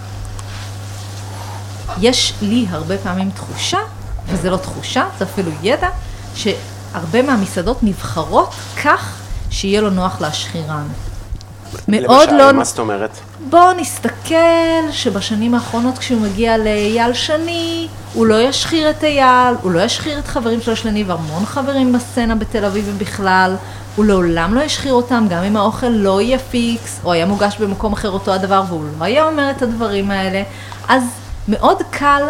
S3: יש לי הרבה פעמים תחושה, וזה לא תחושה, זה אפילו ידע, שהרבה מהמסעדות נבחרות כך שיהיה לו נוח להשחירן. מאוד
S2: למשל,
S3: לא...
S2: מה זאת אומרת?
S3: בואו נסתכל שבשנים האחרונות כשהוא מגיע לאייל שני, הוא לא ישחיר את אייל, הוא לא ישחיר את חברים שלו שני והמון חברים בסצנה בתל אביב ובכלל, הוא לעולם לא ישחיר אותם, גם אם האוכל לא יהיה פיקס, או היה מוגש במקום אחר אותו הדבר והוא לא היה אומר את הדברים האלה, אז מאוד קל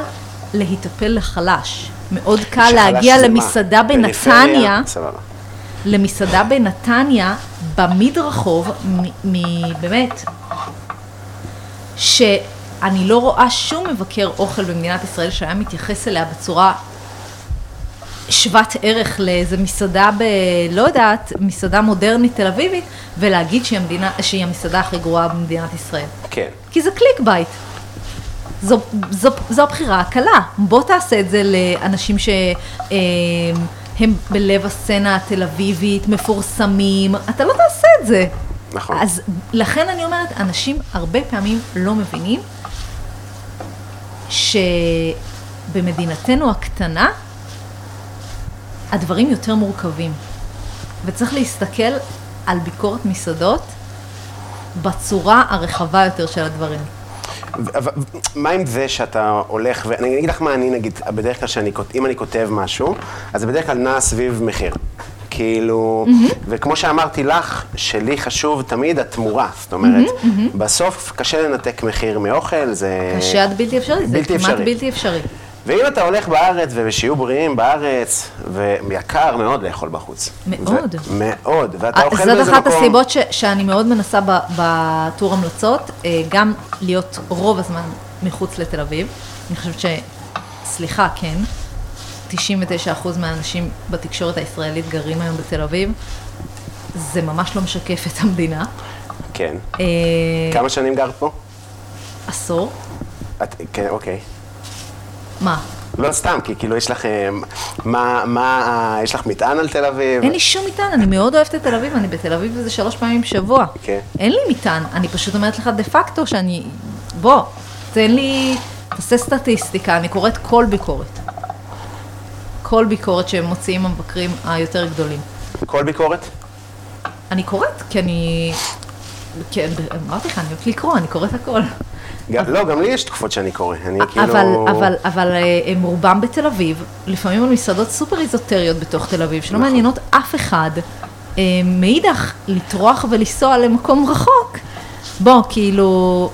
S3: להיטפל לחלש, מאוד קל
S2: שחלש
S3: להגיע
S2: זה מה?
S3: למסעדה
S2: פריפריה?
S3: בנתניה.
S2: סבבה.
S3: למסעדה בנתניה, במדרחוב, מ- מ- באמת, שאני לא רואה שום מבקר אוכל במדינת ישראל שהיה מתייחס אליה בצורה שוות ערך לאיזה מסעדה ב... לא יודעת, מסעדה מודרנית תל אביבית, ולהגיד שהיא, המדינה, שהיא המסעדה הכי גרועה במדינת ישראל.
S2: כן.
S3: כי זה קליק בייט. זו, זו, זו הבחירה הקלה. בוא תעשה את זה לאנשים שהם בלב הסצנה התל אביבית, מפורסמים, אתה לא תעשה את זה.
S2: נכון.
S3: אז לכן אני אומרת, אנשים הרבה פעמים לא מבינים שבמדינתנו הקטנה הדברים יותר מורכבים. וצריך להסתכל על ביקורת מסעדות בצורה הרחבה יותר של הדברים.
S2: ו- ו- מה עם זה שאתה הולך, ואני אגיד לך מה אני נגיד, בדרך כלל שאני, כות- אם אני כותב משהו, אז זה בדרך כלל נע סביב מחיר. כאילו,
S3: Mm-hmm.
S2: וכמו שאמרתי לך, שלי חשוב תמיד התמורה, זאת אומרת,
S3: Mm-hmm,
S2: בסוף קשה לנתק מחיר מאוכל, זה...
S3: קשה עד בלתי אפשרי, זה
S2: בלתי
S3: כמעט
S2: אפשרי.
S3: בלתי אפשרי.
S2: ואם אתה הולך בארץ, ושיהיו בריאים בארץ, ויקר מאוד לאכול בחוץ.
S3: מאוד.
S2: ו- מאוד, ואתה
S3: אה,
S2: אוכל באיזה
S3: זאת
S2: מקום...
S3: אחת הסיבות ש- שאני מאוד מנסה ב- בטור המלצות, אה, גם להיות רוב הזמן מחוץ לתל אביב. אני חושבת ש... סליחה, כן. 99% מהאנשים בתקשורת הישראלית גרים היום בתל אביב. זה ממש לא משקף את המדינה.
S2: כן.
S3: אה,
S2: כמה שנים גרת פה?
S3: עשור?
S2: את, כן, אוקיי.
S3: מה?
S2: לא סתם, כי כאילו יש לך, אה, מה, מה, ה- יש לך מטען על תל אביב?
S3: אין לי שום מטען, אני מאוד אוהבת את תל אביב, אני בתל אביב איזה שלוש פעמים בשבוע.
S2: כן.
S3: אין לי מטען, אני פשוט אומרת לך דה פקטו שאני... בוא, תן לי... תעשה סטטיסטיקה, אני קוראת כל ביקורת. כל ביקורת שהם מוציאים המבקרים היותר גדולים.
S2: כל ביקורת?
S3: אני קוראת, כי אני... כן, אמרתי לך, אני אוהבת לקרוא, אני קוראת הכל.
S2: גם, לא, גם לי יש תקופות שאני קורא, אני כאילו...
S3: אבל, אבל, אבל אה, הם רובם בתל אביב, לפעמים על מסעדות סופר איזוטריות בתוך תל אביב, שלא
S2: נכון.
S3: מעניינות אף אחד. אה, מאידך, לטרוח ולנסוע למקום רחוק. בוא, כאילו,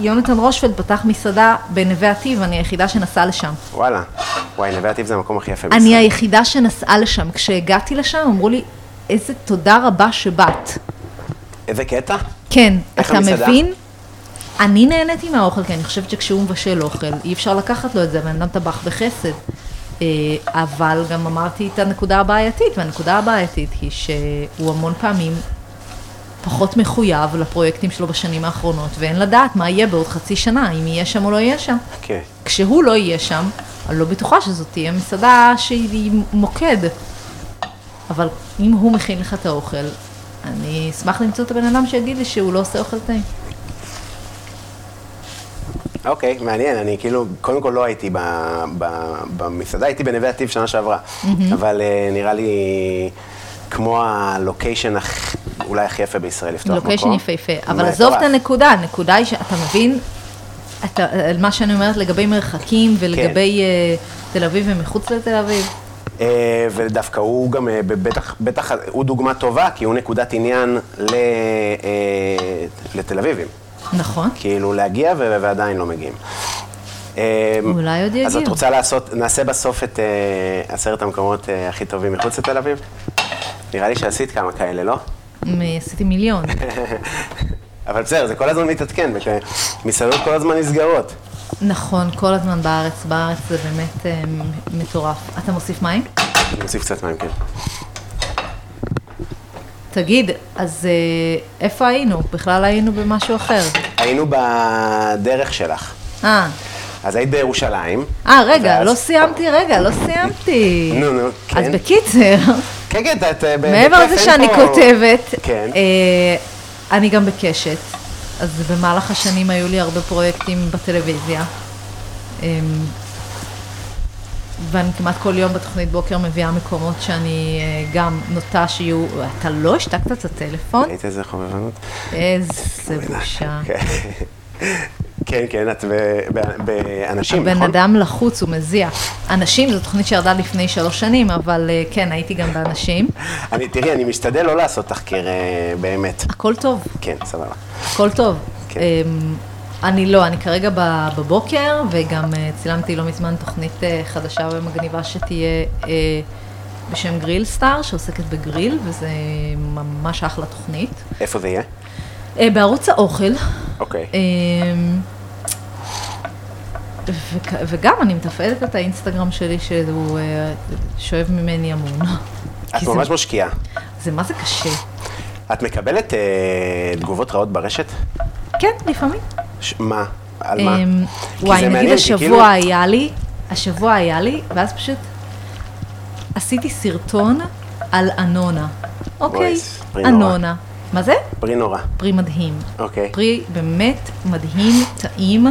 S3: יונתן רושפלד פתח מסעדה בנווה עתיב, אני היחידה שנסעה לשם.
S2: וואלה. וואי, נווה עתיב זה המקום הכי יפה
S3: אני
S2: בישראל.
S3: היחידה שנסעה לשם. כשהגעתי לשם, אמרו לי, איזה תודה רבה שבאת.
S2: איזה קטע?
S3: כן,
S2: איך
S3: אתה
S2: המסעדה?
S3: מבין? אני נהניתי מהאוכל, כי אני חושבת שכשהוא מבשל אוכל, אי אפשר לקחת לו את זה, הבן אדם טבח בחסד. אה, אבל גם אמרתי את הנקודה הבעייתית, והנקודה הבעייתית היא שהוא המון פעמים פחות מחויב לפרויקטים שלו בשנים האחרונות, ואין לדעת מה יהיה בעוד חצי שנה, אם יהיה שם או לא יהיה שם.
S2: כן.
S3: כשהוא לא יהיה שם, אני לא בטוחה שזאת תהיה מסעדה שהיא מוקד. אבל אם הוא מכין לך את האוכל, אני אשמח למצוא את הבן אדם שיגיד לי שהוא לא עושה אוכל טעים.
S2: אוקיי, מעניין, אני כאילו, קודם כל לא הייתי ב, ב, במסעדה, הייתי בנווה עתיב שנה שעברה, אבל אה, נראה לי כמו הלוקיישן הכ- אולי הכי יפה בישראל לפתוח מקום.
S3: לוקיישן יפהפה, אבל
S2: מטורף.
S3: עזוב את הנקודה, הנקודה היא שאתה מבין את ה- על מה שאני אומרת לגבי מרחקים
S2: כן.
S3: ולגבי אה, תל אביב ומחוץ לתל אביב.
S2: אה, ודווקא הוא גם, אה, בטח, בטח הוא דוגמה טובה, כי הוא נקודת עניין ל, אה, לתל אביבים.
S3: נכון.
S2: כאילו להגיע ו- ועדיין לא מגיעים. אמ,
S3: אולי עוד
S2: אז את
S3: יגיעו.
S2: רוצה לעשות, נעשה בסוף את אה, עשרת המקומות אה, הכי טובים מחוץ לתל אביב? נראה לי שעשית כמה כאלה, לא?
S3: מ- עשיתי מיליון.
S2: אבל בסדר, זה כל הזמן מתעדכן, וכ- מסעדות כל הזמן נסגרות.
S3: נכון, כל הזמן בארץ, בארץ זה באמת אה, מ- מטורף. אתה מוסיף מים?
S2: אני אוסיף קצת מים, כן.
S3: תגיד, אז אה, איפה היינו? בכלל היינו במשהו אחר.
S2: היינו בדרך שלך.
S3: אה,
S2: אז היית בירושלים.
S3: אה, רגע,
S2: ואז-
S3: לא סיימתי, רגע, לא סיימתי.
S2: נו, נו,
S3: אז
S2: כן.
S3: בקיצר,
S2: כן, כן, את... אה, ב-
S3: מעבר
S2: בכיף
S3: לזה
S2: אין
S3: שאני
S2: פה-
S3: כותבת,
S2: כן.
S3: אה, אני גם בקשת, אז במהלך השנים היו לי הרבה פרויקטים בטלוויזיה. אמ, ואני כמעט כל יום בתוכנית בוקר מביאה מקומות שאני אה, גם נוטה שיהיו, אתה לא השתקת את הטלפון?
S2: ראית איזה חובבנות?
S3: איזה בושה.
S2: אוקיי. כן. כן, כן, את ב- ב- באנשים,
S3: הבן
S2: נכון?
S3: אדם לחוץ, הוא מזיע. אנשים, זו תוכנית שירדה לפני שלוש שנים, אבל אה, כן, הייתי גם באנשים.
S2: אני, תראי, אני משתדל לא לעשות תחקיר אה, באמת.
S3: הכל טוב.
S2: כן, סבבה.
S3: הכל טוב.
S2: כן.
S3: אמ, אני לא, אני כרגע ב- בבוקר, וגם אה, צילמתי לא מזמן תוכנית אה, חדשה ומגניבה שתהיה אה, בשם גריל סטאר, שעוסקת בגריל, וזה ממש אחלה תוכנית.
S2: איפה זה יהיה?
S3: אה, בערוץ האוכל,
S2: אוקיי.
S3: אמ, וכ- וגם אני מתפעלת את האינסטגרם שלי, שהוא אה, שואב ממני המון.
S2: את
S3: כי זה-
S2: ממש משקיעה.
S3: זה מה זה קשה.
S2: את מקבלת אה, תגובות רעות ברשת?
S3: כן, לפעמים.
S2: ש- מה? על מה?
S3: אמ,
S2: כי זה
S3: וואי, נגיד
S2: מעניין, כי
S3: השבוע
S2: כאילו-
S3: היה לי, השבוע היה לי, ואז פשוט עשיתי סרטון על אנונה. אוקיי,
S2: פרי נורא.
S3: אנונה. מה זה?
S2: פרי נורא.
S3: פרי מדהים.
S2: אוקיי.
S3: פרי באמת מדהים, טעים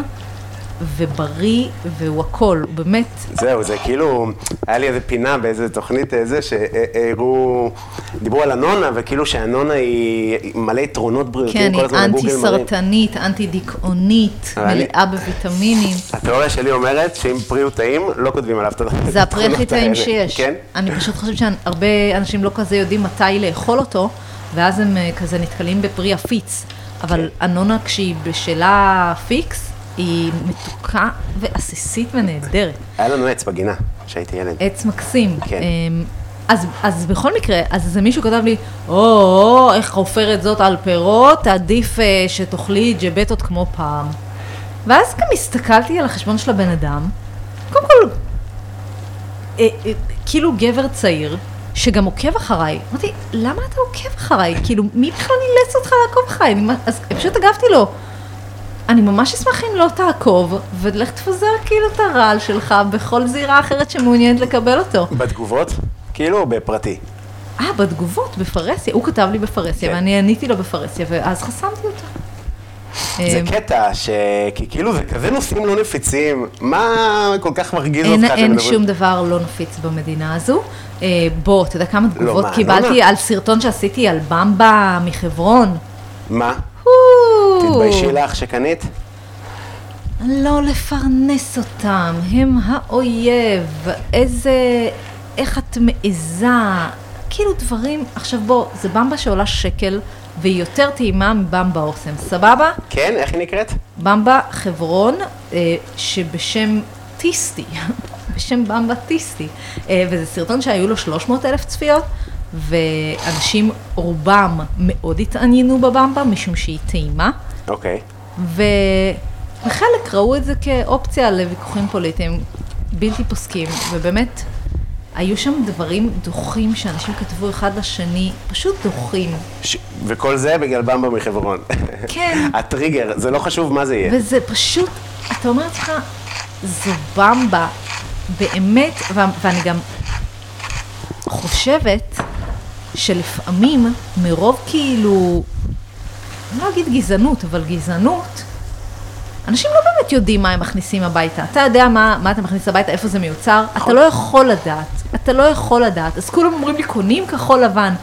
S3: ובריא, והוא הכל, הוא באמת,
S2: זהו, זה כאילו, היה לי איזה פינה באיזה תוכנית אה, זה, שהראו, דיברו על הנונה, וכאילו שהנונה היא היא מלא יתרונות בריאותיים
S3: כן,
S2: כל
S3: היא
S2: הזמן
S3: אנטי
S2: בגוגל מראים.
S3: סרטנית, אנטי דיכאונית,
S2: אבל אני-
S3: מלאה בוויטמינים.
S2: התיאוריה שלי אומרת שאם פרי הוא טעים, לא כותבים עליו את הדברים.
S3: זה הפרי הכי טעים שיש.
S2: כן?
S3: אני פשוט חושבת שהרבה אנשים לא כזה יודעים מתי לאכול אותו, ואז הם אה, כזה נתקלים בפרי עפיץ. אבל
S2: כן.
S3: אנונה כשהיא בשלה פיקס, היא מתוקה ועסיסית ונהדרת.
S2: היה לנו עץ בגינה, כשהייתי ילד.
S3: עץ מקסים.
S2: כן.
S3: אמ, אז, אז בכל מקרה, אז איזה מישהו כתב לי, או, או, איך חופרת זאת על פירות, עדיף אה, שתאכלי ג'בטות כמו פעם. ואז גם הסתכלתי על החשבון של הבן אדם, קודם כל, אה, אה, כאילו גבר צעיר, שגם עוקב אחריי. אמרתי, למה אתה עוקב אחריי? כאילו, מי בכלל נילץ אותך לעקוב אחריי? אני ממש- אז פשוט הגבתי לו, אני ממש אשמח אם לא תעקוב, ולך תפזר כאילו את הרעל שלך בכל זירה אחרת שמעוניינת לקבל אותו.
S2: בתגובות? כאילו, בפרטי.
S3: אה, בתגובות, בפרהסיה, הוא כתב לי בפרהסיה,
S2: כן.
S3: ואני עניתי לו בפרהסיה, ואז חסמתי אותו.
S2: זה כן,
S3: אה,
S2: קטע, ש... כי כאילו זה כזה נושאים לא נפיצים, מה כל כך מרגיז
S3: אין,
S2: אותך? שאתם
S3: אין
S2: מדברים?
S3: שום דבר לא נפיץ במדינה הזו. אה, בוא, אתה יודע כמה תגובות
S2: לא, מה,
S3: קיבלתי
S2: למה?
S3: על סרטון שעשיתי על במבה מחברון?
S2: מה?
S3: הו!
S2: תתביישי לך שקנית?
S3: לא לפרנס אותם, הם האויב, איזה... איך את מעיזה, כאילו דברים... עכשיו בוא, זה במבה שעולה שקל, והיא יותר טעימה מבמבה אוסם, סבבה?
S2: כן? איך היא נקראת?
S3: במבה חברון, אה, שבשם טיסטי, בשם במבה טיסטי, אה, וזה סרטון שהיו לו 300 אלף צפיות, ואנשים רובם מאוד התעניינו בבמבה, משום שהיא טעימה,
S2: אוקיי.
S3: ו... וחלק ראו את זה כאופציה לוויכוחים פוליטיים בלתי פוסקים, ובאמת, היו שם דברים דוחים שאנשים כתבו אחד לשני, פשוט דוחים.
S2: ש... וכל זה בגלל במבה מחברון.
S3: כן.
S2: הטריגר, זה לא חשוב מה זה יהיה.
S3: וזה פשוט, אתה אומר לעצמך, זו במבה, באמת, ו- ואני גם חושבת שלפעמים, מרוב כאילו, אני לא אגיד גזענות, אבל גזענות, אנשים לא באמת יודעים מה הם מכניסים הביתה. אתה יודע מה, מה אתה מכניס הביתה, איפה זה מיוצר, אתה לא יכול לדעת. אתה לא יכול לדעת. אז כולם אומרים לי, קונים כחול לבן.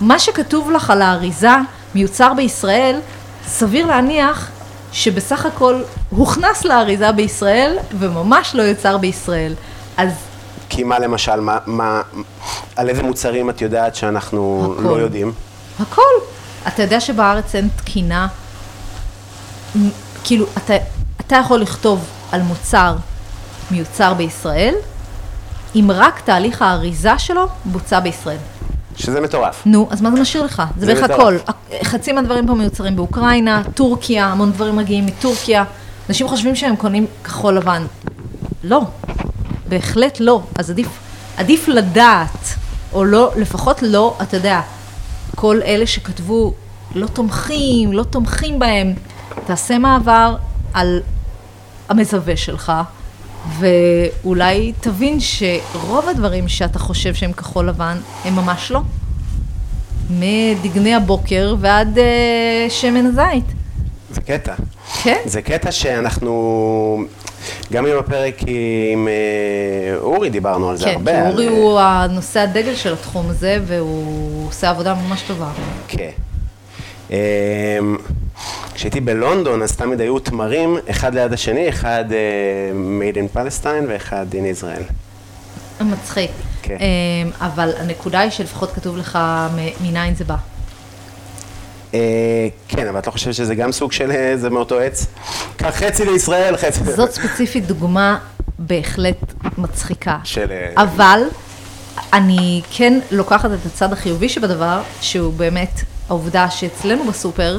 S3: מה שכתוב לך על האריזה, מיוצר בישראל, סביר להניח שבסך הכל הוכנס לאריזה בישראל, וממש לא יוצר בישראל. אז
S2: כי מה למשל, מה, מה, על איזה מוצרים את יודעת שאנחנו
S3: הכל.
S2: לא יודעים?
S3: הכל. אתה יודע שבארץ אין תקינה מ- כאילו, אתה, אתה יכול לכתוב על מוצר מיוצר בישראל, אם רק תהליך האריזה שלו בוצע בישראל.
S2: שזה מטורף.
S3: נו, אז מה זה משאיר לך? זה
S2: זה
S3: בערך
S2: מטורף.
S3: הכל. חצי מהדברים פה מיוצרים באוקראינה, טורקיה, המון דברים מגיעים מטורקיה. אנשים חושבים שהם קונים כחול לבן. לא, בהחלט לא. אז עדיף, עדיף לדעת, או לא, לפחות לא, אתה יודע, כל אלה שכתבו לא תומכים, לא תומכים בהם, תעשה מעבר על המזווה שלך, ואולי תבין שרוב הדברים שאתה חושב שהם כחול לבן, הם ממש לא. מדגני הבוקר ועד אה, שמן הזית.
S2: זה קטע.
S3: כן?
S2: זה קטע שאנחנו, גם עם הפרק עם אה, אורי דיברנו על זה
S3: כן,
S2: הרבה.
S3: כי
S2: על,
S3: אורי
S2: אה,
S3: הוא הנושא הדגל של התחום הזה, והוא עושה עבודה ממש טובה.
S2: כן. אמ, כשהייתי בלונדון, אז תמיד היו תמרים, אחד ליד השני, אחד uh, made in Palestine ואחד in Israel.
S3: מצחיק.
S2: כן.
S3: אה, אבל הנקודה היא שלפחות כתוב לך מ- מניין זה בא.
S2: Uh, כן, אבל את לא חושבת שזה גם סוג של, אה, זה מאותו עץ? קח חצי לישראל, חצי...
S3: זאת ספציפית דוגמה בהחלט מצחיקה.
S2: של, אה,
S3: אבל אני כן לוקחת את הצד החיובי שבדבר, שהוא באמת העובדה שאצלנו בסופר,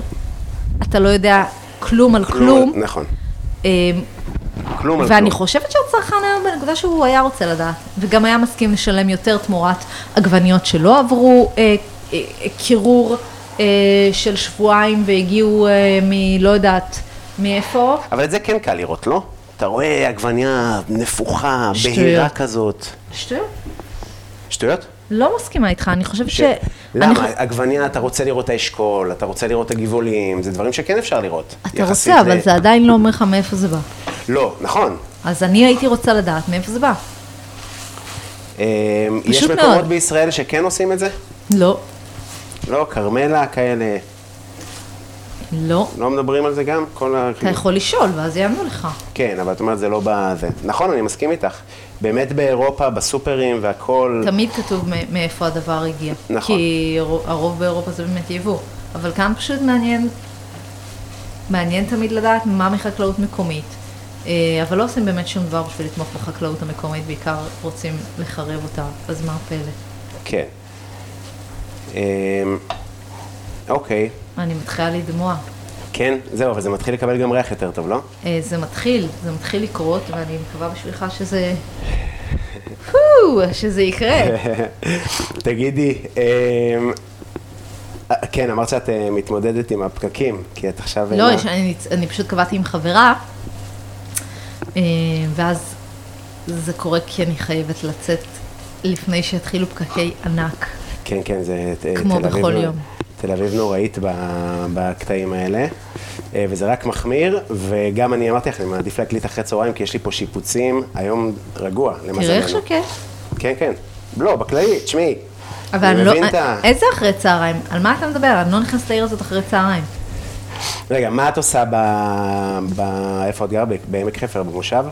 S3: אתה לא יודע כלום על כלום.
S2: נכון.
S3: אמ,
S2: כלום על
S3: ואני
S2: כלום.
S3: חושבת שהצרכן היום בנקודה שהוא היה רוצה לדעת, וגם היה מסכים לשלם יותר תמורת עגבניות שלא עברו אה, אה, אה, קירור אה, של שבועיים והגיעו אה, מלא יודעת מאיפה.
S2: אבל את זה כן קל לראות, לא? אתה רואה עגבניה נפוחה,
S3: שטויות.
S2: בהירה כזאת.
S3: שטויות.
S2: שטויות?
S3: לא מסכימה איתך, אני חושבת ש...
S2: כן.
S3: אני
S2: למה?
S3: חו-
S2: עגבניה, אתה רוצה לראות את האשכול, אתה רוצה לראות את הגבעולים, זה דברים שכן אפשר לראות.
S3: אתה
S2: יחסית
S3: רוצה, אבל
S2: ל-
S3: זה עדיין לא אומר לך מאיפה זה בא.
S2: לא, נכון.
S3: אז אני הייתי רוצה לדעת מאיפה זה בא.
S2: אמ, יש
S3: פשוט
S2: מקומות
S3: מאוד.
S2: בישראל שכן עושים את זה?
S3: לא,
S2: לא, כרמלה, כאלה,
S3: לא.
S2: לא מדברים על זה גם? כל ה...
S3: אתה יכול לשאול, ואז יענו לך.
S2: כן, אבל את אומרת, זה לא בזה. נכון, אני מסכים איתך. באמת באירופה, בסופרים והכול...
S3: תמיד כתוב מ- מאיפה הדבר הגיע.
S2: נכון.
S3: כי הרו- הרוב באירופה זה באמת יבוא. אבל כאן פשוט מעניין, מעניין תמיד לדעת מה מחקלאות מקומית. אה, אבל לא עושים באמת שום דבר בשביל לתמוך בחקלאות המקומית, בעיקר רוצים לחרב אותה, אז מה הפלא?
S2: כן. אמ, אוקיי.
S3: אני מתחילה לדמוע.
S2: כן, זהו, אבל זה מתחיל לקבל גם ריח יותר טוב, לא?
S3: אה, זה מתחיל, זה מתחיל לקרות, ואני מקווה בשבילך שזה... הו, שזה יקרה.
S2: תגידי, אמ, אה, כן, אמרת שאת אה, מתמודדת עם הפקקים, כי את עכשיו...
S3: לא,
S2: אה,
S3: יש, אני, אני פשוט קבעתי עם חברה, אה, ואז זה קורה כי אני חייבת לצאת לפני שיתחילו פקקי ענק.
S2: כן, כן, זה אה,
S3: כמו
S2: תל אביב
S3: בכל
S2: נור-
S3: יום.
S2: תל אביב נוראית ב- בקטעים האלה, אה, וזה רק מחמיר, וגם אני אמרתי לך, אני מעדיף להקליט אחרי צהריים, כי יש לי פה שיפוצים, היום רגוע, למזלנו.
S3: תראה איך שכן.
S2: כן, כן. לא, בכללי, תשמעי.
S3: אבל
S2: אני
S3: אני לא...
S2: מבין את ה...
S3: איזה אחרי צהריים? על מה אתה מדבר? אני לא נכנסת לעיר הזאת אחרי צהריים.
S2: רגע, מה את עושה ב... ב- איפה את גרה? ב- בעמק חפר, במושב?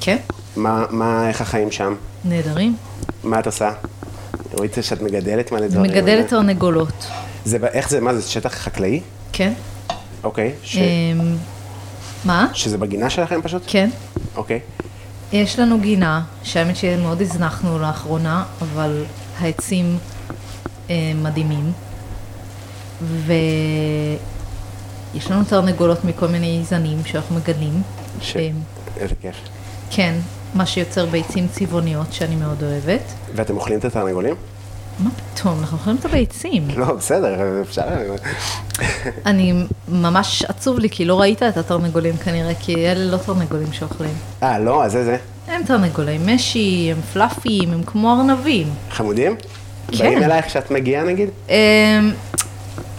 S3: כן?
S2: מה, מה, איך החיים שם?
S3: נהדרים.
S2: מה את עושה? ראית שאת מגדלת מלא דברים.
S3: מגדלת
S2: אבל-
S3: תרנגולות.
S2: זה, ב- איך זה, מה זה, שטח חקלאי?
S3: כן?
S2: אוקיי. ש...
S3: אמ, מה?
S2: שזה בגינה שלכם פשוט?
S3: כן.
S2: אוקיי.
S3: יש לנו גינה, שהאמת שמאוד הזנחנו לאחרונה, אבל העצים אה, מדהימים. ויש לנו תרנגולות מכל מיני זנים שאנחנו מגדלים.
S2: ש...
S3: אה,
S2: איזה כיף.
S3: כן, מה שיוצר ביצים צבעוניות שאני מאוד אוהבת.
S2: ואתם אוכלים את התרנגולים?
S3: מה פתאום, אנחנו אוכלים את הביצים.
S2: לא, בסדר, אפשר. אה,
S3: אני ממש עצוב לי, כי לא ראית את התרנגולים כנראה, כי אלה לא תרנגולים שאוכלים.
S2: אה, לא, אז זה זה.
S3: הם תרנגולי משי, הם פלאפיים, הם כמו ארנבים.
S2: חמודים?
S3: כן.
S2: באים אלייך כשאת מגיעה נגיד?
S3: אמ,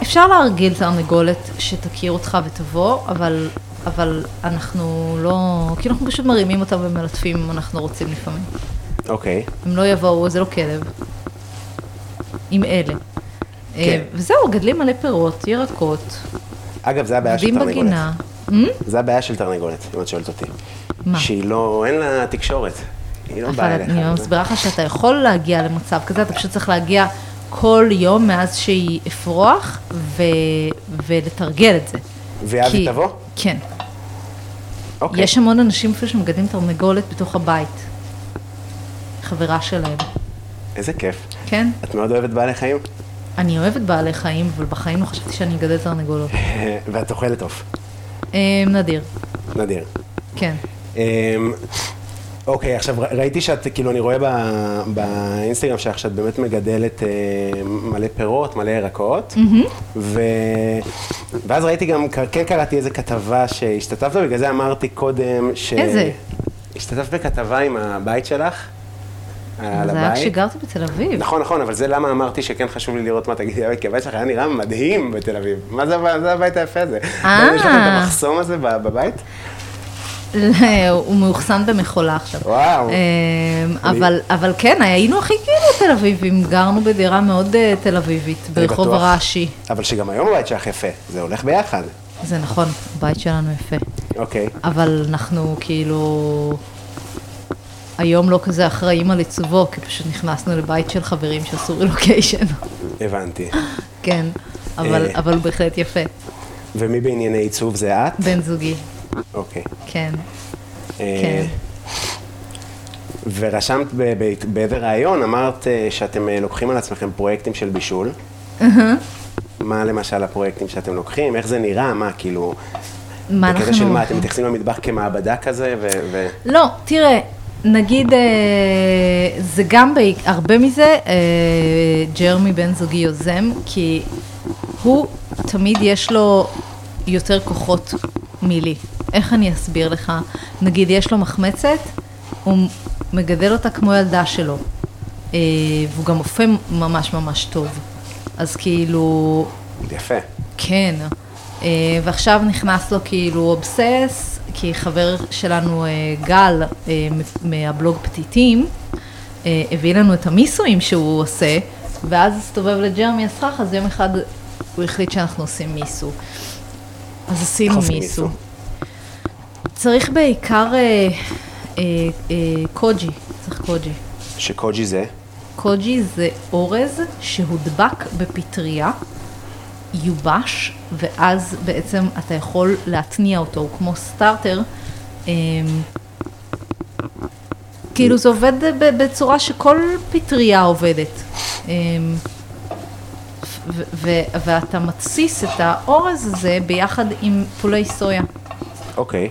S3: אפשר להרגיל תרנגולת שתכיר אותך ותבוא, אבל, אבל אנחנו לא, כאילו אנחנו פשוט מרימים אותם ומלטפים אם אנחנו רוצים לפעמים.
S2: אוקיי.
S3: הם לא יבואו, זה לא כלב. עם אלה.
S2: כן.
S3: כן. וזהו, גדלים מלא פירות, ירקות,
S2: אגב, זה הבעיה של
S3: עובדים
S2: תרנגולת.
S3: בגינה. Hmm?
S2: זה הבעיה של תרנגולת, אם את שואלת אותי.
S3: מה?
S2: שהיא לא, אין לה תקשורת. היא לא באה
S3: אבל
S2: אליך.
S3: אני מסבירה לך שאתה יכול להגיע למצב כזה, אתה פשוט צריך להגיע כל יום מאז שהיא אפרוח ו- ולתרגל את זה.
S2: ואבי
S3: כי-
S2: תבוא?
S3: כן.
S2: אוקיי.
S3: יש המון אנשים אפילו שמגדלים תרנגולת בתוך הבית. חברה שלהם,
S2: איזה כיף.
S3: כן?
S2: את מאוד אוהבת בעלי חיים?
S3: אני אוהבת בעלי חיים, אבל בחיים לא חשבתי שאני אגדל תרנגולות.
S2: ואת אוכלת עוף.
S3: אה, נדיר,
S2: נדיר.
S3: כן.
S2: אמ, אוקיי, עכשיו ר- ראיתי שאת, כאילו, אני רואה ב- באינסטגרם שלך שאת באמת מגדלת אה, מלא פירות, מלא ירקות,
S3: Mm-hmm.
S2: ו... ואז ראיתי גם, ק- כן קראתי איזה כתבה שהשתתפת, בגלל זה אמרתי קודם ש...
S3: איזה?
S2: השתתפת בכתבה עם הבית שלך, על
S3: זה היה
S2: הבית.
S3: כשגרתי בתל אביב.
S2: נכון, נכון, אבל זה למה אמרתי שכן חשוב לי לראות מה תגידי הבית, כי הבית שלך היה נראה מדהים בתל אביב. מה זה הבית- זה הבית היפה הזה?
S3: אה.
S2: יש לך את המחסום הזה ב- בבית?
S3: לא, הוא מאוחסן במכולה עכשיו.
S2: וואו.
S3: אמ,
S2: אני-
S3: אבל, אבל כן, היינו הכי כאילו תל אביבים, גרנו בדירה מאוד אה, תל אביבית,
S2: אני
S3: ברחוב
S2: בטוח.
S3: הרעשי.
S2: אבל שגם היום הבית שלך יפה, זה הולך ביחד.
S3: זה נכון, הבית שלנו יפה.
S2: אוקיי.
S3: אבל אנחנו כאילו היום לא כזה אחראים על עיצובו, כי פשוט נכנסנו לבית של חברים שעשו רילוקיישן.
S2: הבנתי.
S3: כן, אבל,
S2: אה.
S3: אבל הוא בהחלט יפה,
S2: ומי בענייני עיצוב זה את?
S3: בן זוגי,
S2: אוקיי.
S3: כן.
S2: אה,
S3: כן.
S2: ורשמת ב- ב- באיזה ראיון, אמרת אה, שאתם אה, לוקחים על עצמכם פרויקטים של בישול.
S3: Mm-hmm.
S2: מה למשל הפרויקטים שאתם לוקחים? איך זה נראה? מה, כאילו...
S3: מה
S2: בקטע
S3: אנחנו
S2: של מה,
S3: לוקחים?
S2: אתם מתייחסים למטבח כמעבדה כזה, ו- ו...
S3: לא, תראה, נגיד, אה, זה גם, בעיק- הרבה מזה, אה, ג'רמי בן זוגי יוזם, כי הוא, תמיד יש לו יותר כוחות מלי. איך אני אסביר לך? נגיד, יש לו מחמצת, הוא מגדל אותה כמו ילדה שלו, אה, והוא גם אופה ממש ממש טוב. אז כאילו,
S2: יפה.
S3: כן, אה, ועכשיו נכנס לו כאילו אובסס, כי חבר שלנו אה, גל אה, מ- מהבלוג פתיתים, אה, הביא לנו את המיסואים שהוא עושה, ואז הסתובב לג'רמי הסכך, אז יום אחד הוא החליט שאנחנו עושים מיסו. אז עשינו
S2: איך עושים
S3: מיסו.
S2: מיסו?
S3: צריך בעיקר אה, אה, אה, קוג'י, צריך קוג'י.
S2: שקוג'י זה?
S3: קוג'י זה אורז שהודבק בפטריה, יובש, ואז בעצם אתה יכול להתניע אותו, הוא כמו סטארטר. אמ, כאילו זה עובד ב- בצורה שכל פטריה עובדת. אמ, ו- ו- ואתה מתסיס את האורז הזה ביחד עם פולי סויה.
S2: אוקיי.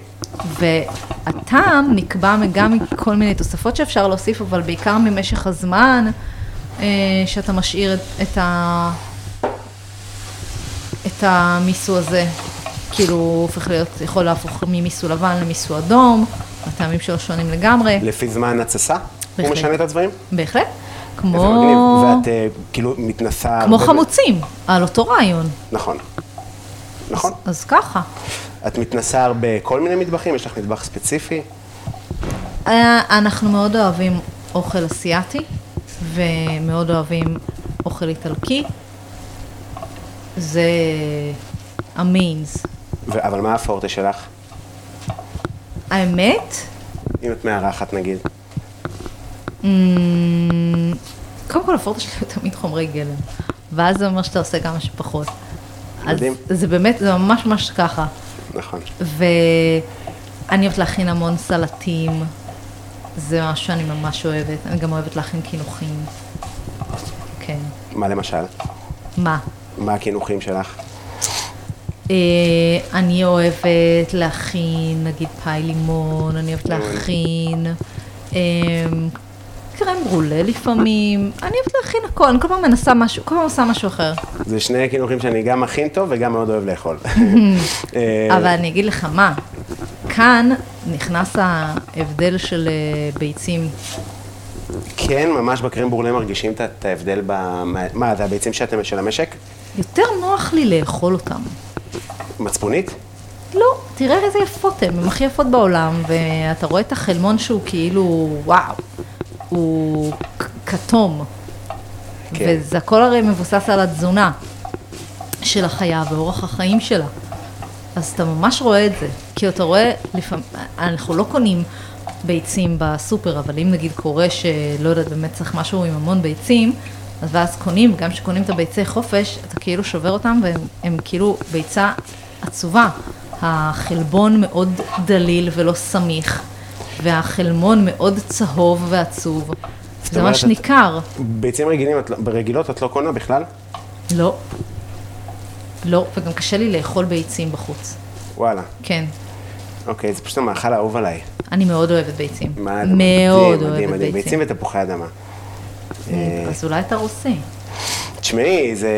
S3: והטעם נקבע גם מכל מיני תוספות שאפשר להוסיף, אבל בעיקר ממשך הזמן אה, שאתה משאיר את, את, ה, את המיסו הזה. כאילו, הוא הופך להיות, יכול להפוך ממיסו לבן למיסו אדום, הטעמים שלו שונים לגמרי,
S2: לפי זמן התססה? הוא
S3: בהחלט.
S2: משנה את הצבעים?
S3: בהחלט.
S2: איזה
S3: כמו,
S2: מגניב. ואת אה, כאילו מתנסה...
S3: כמו
S2: הרבה ב-
S3: חמוצים, על אותו רעיון.
S2: נכון. נכון.
S3: אז, אז ככה.
S2: את מתנסה בכל מיני מטבחים, יש לך מטבח ספציפי?
S3: אה, אנחנו מאוד אוהבים אוכל אסיאתי, ומאוד אוהבים אוכל איטלקי. זה המיינס.
S2: ו- אבל מה הפורטה שלך?
S3: האמת,
S2: אם את מארחת נגיד.
S3: אמ, קודם כל הפורטה שלי הוא תמיד חומרי גלם, ואז זה אומר שאתה עושה כמה שפחות. אז
S2: מדהים.
S3: זה באמת, זה ממש ממש ככה.
S2: נכון.
S3: ואני אוהבת להכין המון סלטים, זה משהו שאני ממש אוהבת. אני גם אוהבת להכין קינוחים. כן.
S2: מה למשל?
S3: מה?
S2: מה הקינוחים שלך?
S3: אה, אני אוהבת להכין, נגיד פאי לימון, אני אוהבת להכין אה, קרם ברולה לפעמים, אני אוהבת להכין הכל, אני כל פעם מנסה משהו, כל פעם עושה משהו אחר.
S2: זה שני קינוחים שאני גם מכין טוב וגם מאוד אוהב לאכול. אה,
S3: אבל אני אגיד לך מה, כאן נכנס ההבדל של אה, ביצים.
S2: כן, ממש בקרם בורלה מרגישים את- את ההבדל ב... מה- מה, זה הביצים שאתם של המשק?
S3: יותר נוח לי לאכול אותם.
S2: מצפונית?
S3: לא, תראה איזה יפות הן, הן הכי יפות בעולם, ואתה רואה את החלמון שהוא כאילו, וואו, הוא כ- כתום.
S2: כן.
S3: כן. וזה הכל הרי מבוסס על התזונה של החיה ואורח החיים שלה. אז אתה ממש רואה את זה, כי אתה רואה, לפעמים, אנחנו לא קונים ביצים בסופר, אבל אם נגיד קורה שלא יודעת, באמת צריך משהו עם המון ביצים, אז ואז קונים, גם כשקונים את הביצי חופש, אתה כאילו שובר אותם והם הם כאילו ביצה עצובה. החלבון מאוד דליל ולא סמיך, והחלמון מאוד צהוב ועצוב. זה
S2: אומרת,
S3: ממש
S2: את-
S3: ניכר.
S2: ביצים רגילים, את לא- רגילות את לא קונה בכלל?
S3: לא. לא, וגם קשה לי לאכול ביצים בחוץ.
S2: וואלה.
S3: כן.
S2: אוקיי, זה פשוט המאכל האהוב עליי.
S3: אני מאוד אוהבת ביצים.
S2: מה, זה מדהים,
S3: מאוד
S2: מדהים,
S3: אוהבת
S2: מדהים. ביצים
S3: ביצים. Mm,
S2: ותפוחי אדמה.
S3: אז אולי אתה רוסי.
S2: תשמעי, זה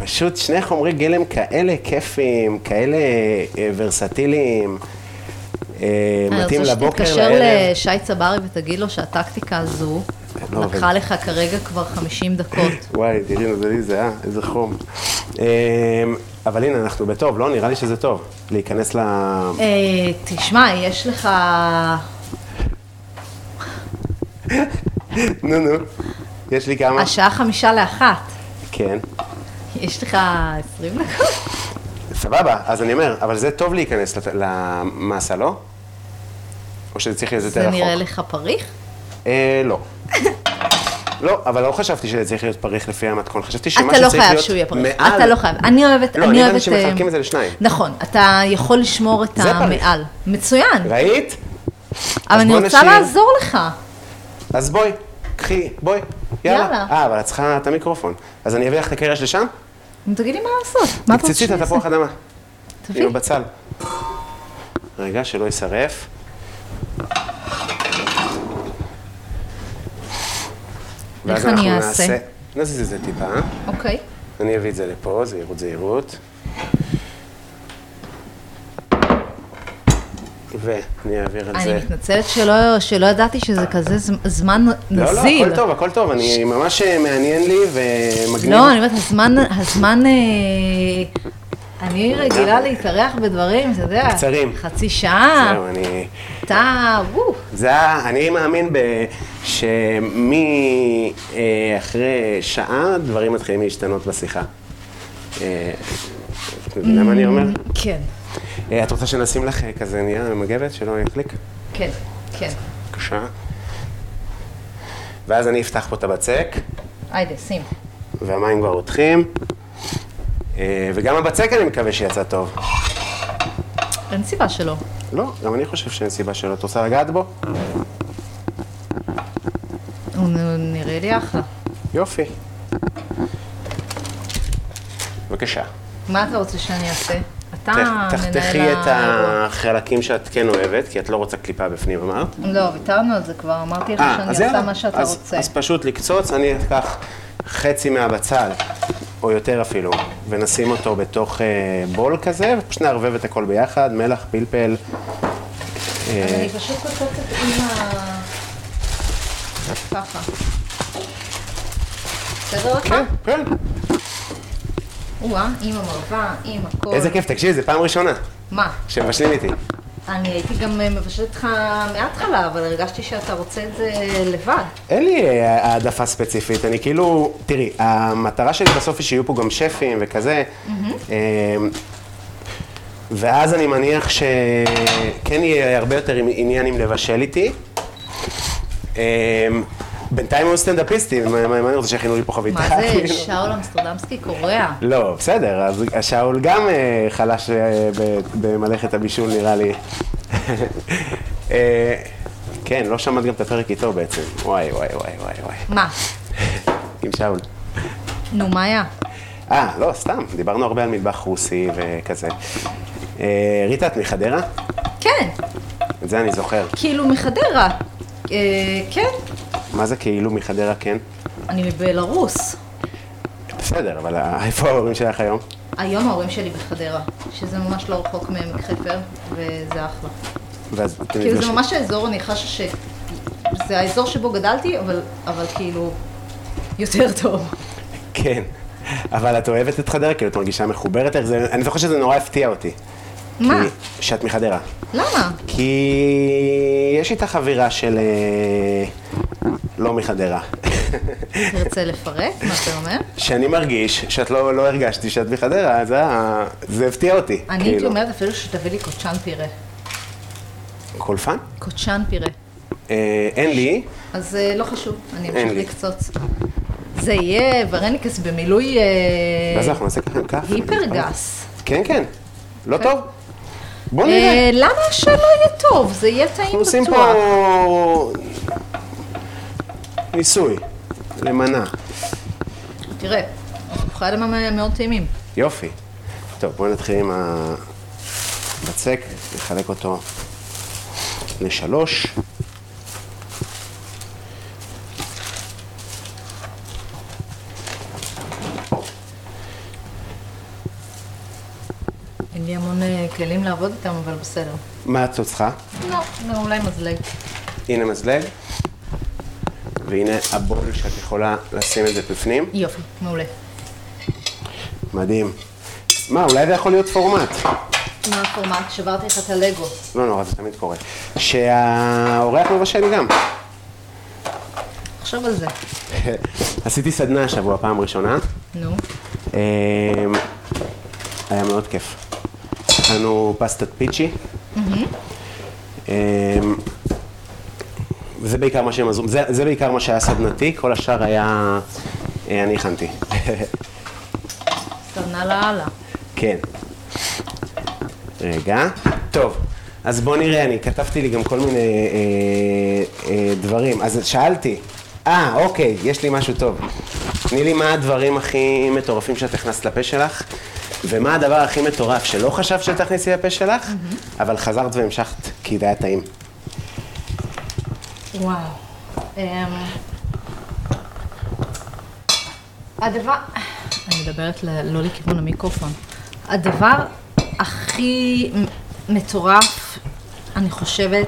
S2: פשוט שני חומרי גלם כאלה כיפים, כאלה אה, ורסטיליים, אה, מתאים
S3: אני רוצה
S2: לבוקר,
S3: שתתקשר
S2: לערב.
S3: לשי צברי ותגיד לו שהטקטיקה הזו
S2: לא
S3: לקחה לך כרגע כבר 50 דקות.
S2: וואי, תראי, זה לי זה, אה, איזה חום. אה, אבל הנה, אנחנו בטוב, לא? נראה לי שזה טוב. להיכנס ל...
S3: אה, תשמע, יש לך...
S2: נו, נו. יש לי כמה?
S3: השעה חמישה לאחת.
S2: כן.
S3: יש לך 20 דקות?
S2: סבבה, אז אני אומר, אבל זה טוב להיכנס לת- למסה, לא? או שזה צריך להיות יותר
S3: זה
S2: רחוק?
S3: נראה לך פריך?
S2: אה, לא. לא, אבל לא חשבתי שזה צריך להיות פריך לפי המתכון, חשבתי שמה
S3: אתה
S2: שצריך
S3: לא
S2: להיות מעל...
S3: חייב שהוא יהיה פריך. אתה לא חייב. אני אוהבת...
S2: לא, אני
S3: אוהבת...
S2: הבנתי שמחלקים
S3: אה,
S2: את זה לשניים.
S3: נכון, אתה יכול לשמור את
S2: זה פריך.
S3: המעל. מצוין.
S2: ראית?
S3: אבל
S2: אז
S3: אני
S2: בוא
S3: רוצה
S2: נשאיר.
S3: לעזור לך.
S2: אז בואי, קחי, בואי, יאללה.
S3: יאללה.
S2: אה, אבל את צריכה את המיקרופון. אז אני אביא לך את הקרש לשם?
S3: נו, תגיד לי מה לעשות. מה אתה רוצה
S2: תקצצי את
S3: שאני אעשה?
S2: התפוח אדמה.
S3: תביא.
S2: עם הבצל. רגע, שלא יישרף. ואז
S3: אני
S2: אנחנו
S3: אעשה?
S2: נעשה- נזיז את זה טיפה.
S3: אוקיי.
S2: אני אביא את זה לפה, זהירות זהירות. ואני אעביר את
S3: אני
S2: זה. אה.
S3: מתנצלת שלא- שלא ידעתי שזה כזה זמ- זמן
S2: לא, לא,
S3: נזיל.
S2: הכל טוב, הכל טוב, אני ממש אה, מעניין לי ומגניב.
S3: לא, אני אומרת, הזמן, הזמן, אה, אני רגילה להתארח בדברים, אתה יודע,
S2: קצרים.
S3: חצי שעה,
S2: זהו, אני...
S3: אתה, וואו,
S2: זה ה... אני מאמין ב... שמאחרי שעה דברים מתחילים להשתנות בשיחה. אה, את מבינה מה אני אומר?
S3: כן,
S2: אה, את רוצה שנשים לך אה, כזה נייר מגבת שלא יקליק?
S3: כן, כן,
S2: בבקשה. ואז אני אפתח פה את הבצק,
S3: היידה, שים,
S2: והמים כבר רותחים. אה, וגם הבצק אני מקווה שיצא טוב.
S3: אין סיבה שלא.
S2: לא, גם אני חושב שאין סיבה שלא. את רוצה לגעת בו?
S3: הוא נ- נראה לי אחלה.
S2: יופי. בבקשה.
S3: מה אתה רוצה שאני אעשה? אתה
S2: תח- תחתכי
S3: אה, מנהל
S2: את
S3: האירוע.
S2: החלקים שאת כן אוהבת, כי את לא רוצה קליפה בפנים, אמרת?
S3: לא, ויתרנו על זה כבר, אמרתי לך שאני עושה מה שאתה
S2: אה, אז-
S3: רוצה.
S2: אז פשוט לקצוץ, אני אקח חצי מהבצל, או יותר אפילו, ונשים אותו בתוך אה, בול כזה, ופשוט נערבב את הכל ביחד, מלח, פלפל.
S3: אה,
S2: אה,
S3: אז אני פשוט קוטפת עם ה... ככה. בסדר לך?
S2: כן, כן.
S3: או-אה, עם המרווה, עם הכל.
S2: איזה כיף, תקשיבי, זו פעם ראשונה
S3: מה?
S2: שמבשלים איתי.
S3: אני הייתי גם אה, מבשלת לך מההתחלה, אבל הרגשתי שאתה רוצה את זה לבד.
S2: אין לי אה, העדפה ספציפית, אני כאילו, תראי, המטרה שלי בסוף היא שיהיו פה גם שפים וכזה, אה, ואז אני מניח שכן יהיה הרבה יותר עניין אם לבשל איתי. אה, בינתיים היו סטנדאפיסטים, מה מה- מה אני רוצה שיכינו לי פה חביתה?
S3: מה זה,
S2: כאילו?
S3: שאול אמסטרדמסקי קורע.
S2: לא, בסדר, אז שאול גם אה, חלש אה, ב- במלאכת הבישול נראה לי. אה, כן, לא שמעת גם את הפרק איתו בעצם. וואי, וואי, וואי, וואי, וואי.
S3: מה?
S2: עם שאול.
S3: נו, מה היה?
S2: אה, לא, סתם, דיברנו הרבה על מטבח רוסי וכזה. אה, ריטה, את מחדרה?
S3: כן,
S2: את זה אני זוכר.
S3: כאילו מחדרה. אה, כן,
S2: מה זה כאילו מחדרה כן?
S3: אני מבלארוס.
S2: בסדר, אבל אה, איפה ההורים שלך היום?
S3: היום ההורים שלי בחדרה, שזה ממש לא רחוק מעמק חפר, וזה אחלה.
S2: ואז אתם
S3: כאילו זה
S2: נפגשים.
S3: ממש האזור, אני חשה ש... זה האזור שבו גדלתי, אבל, אבל כאילו, יותר טוב.
S2: כן. אבל את אוהבת את חדרה? כאילו, את מרגישה מחוברת? איך זה... אני זוכר שזה נורא הפתיע אותי.
S3: מה?
S2: כי... שאת מחדרה.
S3: למה?
S2: כי יש איתך אווירה של... אה, לא מחדרה.
S3: תרצה לפרט מה אתה אומר?
S2: שאני מרגיש שאת לא, לא הרגשתי שאת מחדרה, זה, ה- זה הפתיע אותי. כאילו.
S3: אני הייתי אומרת אפילו שתביא לי קודשן פירה.
S2: קולפן?
S3: קודשן פירה.
S2: אה, אין לי,
S3: אז אה, לא חשוב, אני
S2: אין
S3: אמשיך
S2: לי.
S3: לקצוץ. זה יהיה ורניקס במילוי אה,
S2: ואז אנחנו נעשה ככה עם כף.
S3: היפרגס.
S2: כן, כן. לא
S3: אוקיי.
S2: טוב? בוא נראה.
S4: אה, למה שלא יהיה טוב? זה יהיה טעים
S2: אנחנו עושים
S4: בטוח.
S2: פה ניסוי למנה.
S3: תראה, במיוחד הם המ- מאוד טעימים.
S2: יופי. טוב, בואו נתחיל עם הבצק, נחלק אותו לשלוש.
S3: אין לי המון אה, כלים לעבוד איתם, אבל בסדר.
S2: מה את צריכה?
S3: לא, לא, אולי מזלג.
S2: הנה מזלג, והנה הבול שאת יכולה לשים את זה בפנים.
S3: יופי, מעולה.
S2: מדהים. מה, אולי זה יכול להיות פורמט.
S3: מה הפורמט? שברתי לך את הלגו.
S2: לא נורא, זה תמיד קורה. שהאורח מבשל גם.
S3: תחשוב על זה.
S2: עשיתי סדנה השבוע, פעם ראשונה.
S3: נו.
S2: אמ, היה מאוד כיף. אכלנו פסטת פיצ'י. אמ, וזה בעיקר מה שהם עזרו, זה, זה בעיקר מה שהיה סדנתי, כל השאר היה, אה, אני הכנתי.
S3: סדנה לאללה.
S2: כן. רגע. טוב, אז בוא נראה, אני כתבתי לי גם כל מיני אה, אה, דברים. אז שאלתי, אה, אוקיי, יש לי משהו טוב. תני לי מה הדברים הכי מטורפים שאת הכנסת לפה שלך, ומה הדבר הכי מטורף שלא חשבת שתכניסי לפה שלך, אבל חזרת והמשכת, כי זה היה טעים.
S3: וואו. אמ, הדבר... אני מדברת ל- לא לכיוון המיקרופון. הדבר הכי מ- מטורף, אני חושבת,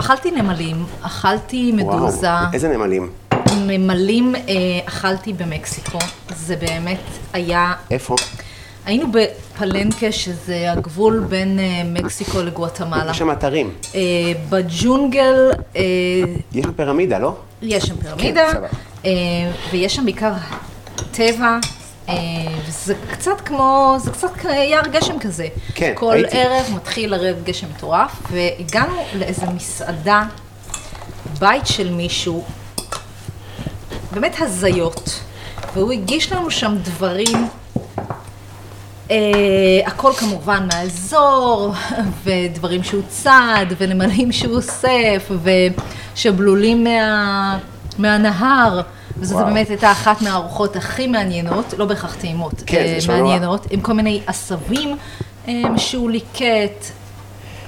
S3: אכלתי נמלים, אכלתי מדוזה,
S2: וואו, איזה נמלים.
S3: נמלים אה, אכלתי במקסיקו, זה באמת היה
S2: איפה?
S3: היינו בפלנקה, שזה הגבול בין אה, מקסיקו לגואטמלה.
S2: יש שם אתרים.
S3: אה, בג'ונגל אה,
S2: יש שם פירמידה, לא?
S3: יש שם פירמידה,
S2: סבבה.
S3: אה, ויש שם בעיקר טבע. אה, וזה קצת כמו, זה קצת כ- יער גשם כזה.
S2: כן,
S3: כל
S2: הייתי.
S3: ערב מתחיל לרדת גשם מטורף, והגענו לאיזו מסעדה, בית של מישהו, באמת הזיות, והוא הגיש לנו שם דברים אה, הכל כמובן מהאזור, ודברים שהוא צד, ונמלים שהוא אוסף, ושבלולים מה, מהנהר. וזאת
S2: וואו.
S3: באמת הייתה אחת מהארוחות הכי מעניינות, לא בהכרח טעימות,
S2: כן, זה
S3: אה,
S2: נשמע נורא.
S3: מעניינות, עם כל מיני עשבים אה, שהוא ליקט.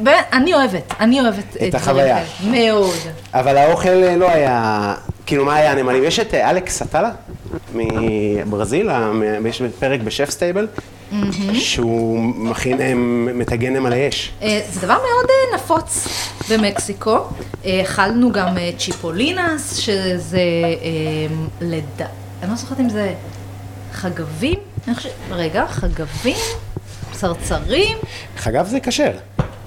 S3: באמת, אני אוהבת, אני אוהבת אה, דברים
S2: החוויה.
S3: כאלה. מאוד.
S2: אבל האוכל אה, לא היה, כאילו מה היה הנמלים? יש את אה, אלכס סטלה מברזיל, המ- יש פרק בשף סטייבל, שהוא מכין, אה, מטגן נמלי אש.
S3: אה, זה דבר מאוד אה, נפוץ במקסיקו. אה, אכלנו גם אה, צ'יפולינס, שזה אה, לדע... אני לא זוכרת אם זה חגבים? אני חושבת- רגע, חגבים? צרצרים?
S2: אגב זה כשר.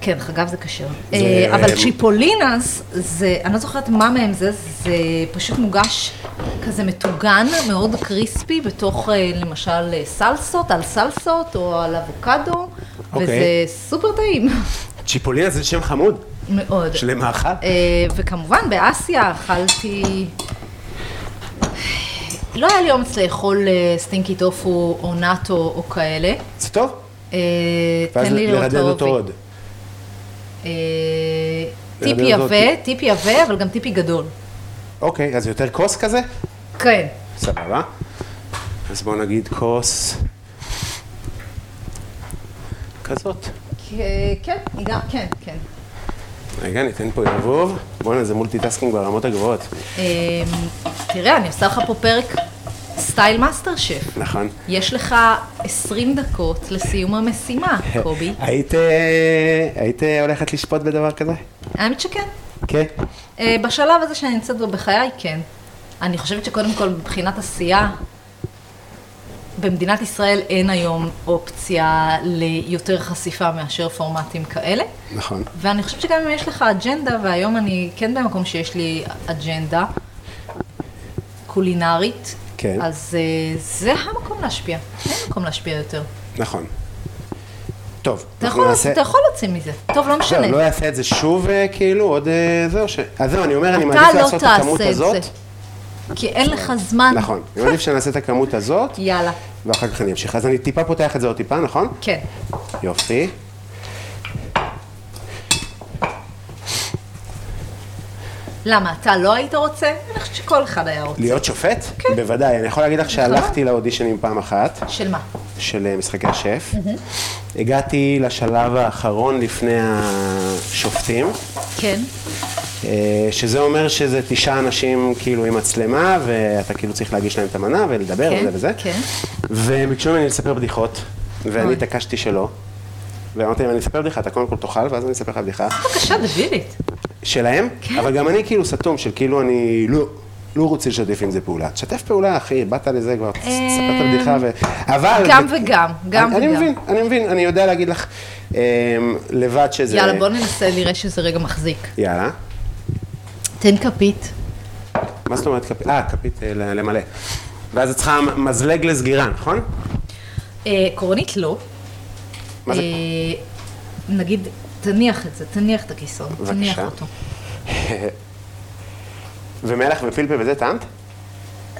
S3: כן, חגב זה כשר. אה, אבל צ'יפולינס, זה, אני לא זוכרת מה מהם זה, זה פשוט מוגש כזה מטוגן, מאוד קריספי, בתוך אה, למשל אה, סלסות, על סלסות או על אבוקדו, וזה
S2: אוקיי.
S3: סופר טעים.
S2: צ'יפולינה זה שם חמוד
S3: מאוד.
S2: של מאכל.
S3: אה, וכמובן באסיה אכלתי... לא היה לי אומץ לאכול אה, סטינקי טופו או נאטו או כאלה.
S2: זה טוב?
S3: אה,
S2: ואז
S3: תן לי לראות את
S2: לרדד אותו
S3: העובי.
S2: עוד.
S3: אה,
S2: לרדד
S3: טיפי
S2: אותו.
S3: עבה, טיפי עבה, אבל גם טיפי גדול.
S2: אוקיי, אז יותר כוס כזה?
S3: כן.
S2: סבבה. אז בואו נגיד כוס כזאת.
S3: כן, גם, כן, כן.
S2: רגע, ניתן פה ערבוב. בואנה, זה מולטיטאסקינג ברמות הגבוהות.
S3: אה, תראה, אני עושה לך פה פרק סטייל מאסטר שף.
S2: נכון.
S3: יש לך 20 דקות לסיום המשימה, קובי.
S2: היית, אה, היית הולכת לשפוט בדבר כזה?
S3: האמת שכן.
S2: כן.
S3: אה, בשלב הזה שאני נמצאת בו בחיי, כן. אני חושבת שקודם כל, מבחינת עשייה, במדינת ישראל אין היום אופציה ליותר חשיפה מאשר פורמטים כאלה.
S2: נכון.
S3: ואני חושבת שגם אם יש לך אג'נדה, והיום אני כן במקום שיש לי אג'נדה קולינרית,
S2: כן.
S3: אז אה, זה המקום להשפיע. אין מקום להשפיע יותר.
S2: נכון. טוב.
S3: אתה
S2: אנחנו
S3: יכול,
S2: נעשה-
S3: נכון, אתה יכול להוציא מזה. טוב, לא
S2: זהו,
S3: משנה.
S2: לא יעשה את זה שוב, אה, כאילו, עוד אה, זהו, ש... אז זהו, אני אומר, אני
S3: אתה
S2: מעדיף
S3: לא
S2: לעשות את הכמות
S3: תעשה את
S2: הזאת.
S3: זה. כי אין לך זמן.
S2: נכון. אני מעדיף שנעשה את הכמות הזאת,
S3: יאללה.
S2: ואחר כך אני אמשיך. אז אני טיפה פותח את זה עוד טיפה, נכון?
S3: כן.
S2: יופי.
S3: למה, אתה לא היית רוצה? אני חושבת שכל אחד היה רוצה.
S2: להיות שופט? כן. בוודאי. אני יכול להגיד
S3: נכון.
S2: לך שהלכתי לאודישנים פעם אחת.
S3: של מה?
S2: של אה, משחקי השף. הגעתי לשלב האחרון לפני השופטים,
S3: כן.
S2: אה, שזה אומר שזה תשעה אנשים כאילו עם מצלמה, ואתה כאילו צריך להגיש להם את המנה ולדבר
S3: כן,
S2: וזה וזה.
S3: כן.
S2: והם ביקשו ממני לספר בדיחות, ואני
S3: אוי.
S2: התעקשתי שלא. ואמרתי להם, אני אספר בדיחה, אתה קודם כל תאכל, ואז אני אספר לך בדיחה.
S3: בבקשה, דודית.
S2: שלהם, כן. אבל גם אני כאילו סתום, של כאילו אני לא, לא רוצה לשתף עם זה פעולה. תשתף פעולה, אחי, באת לזה כבר, ספרת בדיחה ו... אבל...
S5: אה, גם וגם, גם
S2: אני, אני
S5: וגם.
S2: מבין, אני מבין, אני יודע להגיד לך אמ, לבד שזה...
S5: יאללה, בוא ננסה, נראה שזה רגע מחזיק.
S2: יאללה.
S5: תן כפית.
S2: מה זאת אומרת כפית? אה, כפית אה, ל- למלא. ואז את צריכה מזלג לסגירה, נכון?
S3: אה, עקרונית לא.
S2: מה זה?
S3: אה, נגיד, תניח את זה, תניח את הכיסון,
S2: בבקשה.
S3: תניח אותו.
S2: ומלח ופלפל וזה טעמת?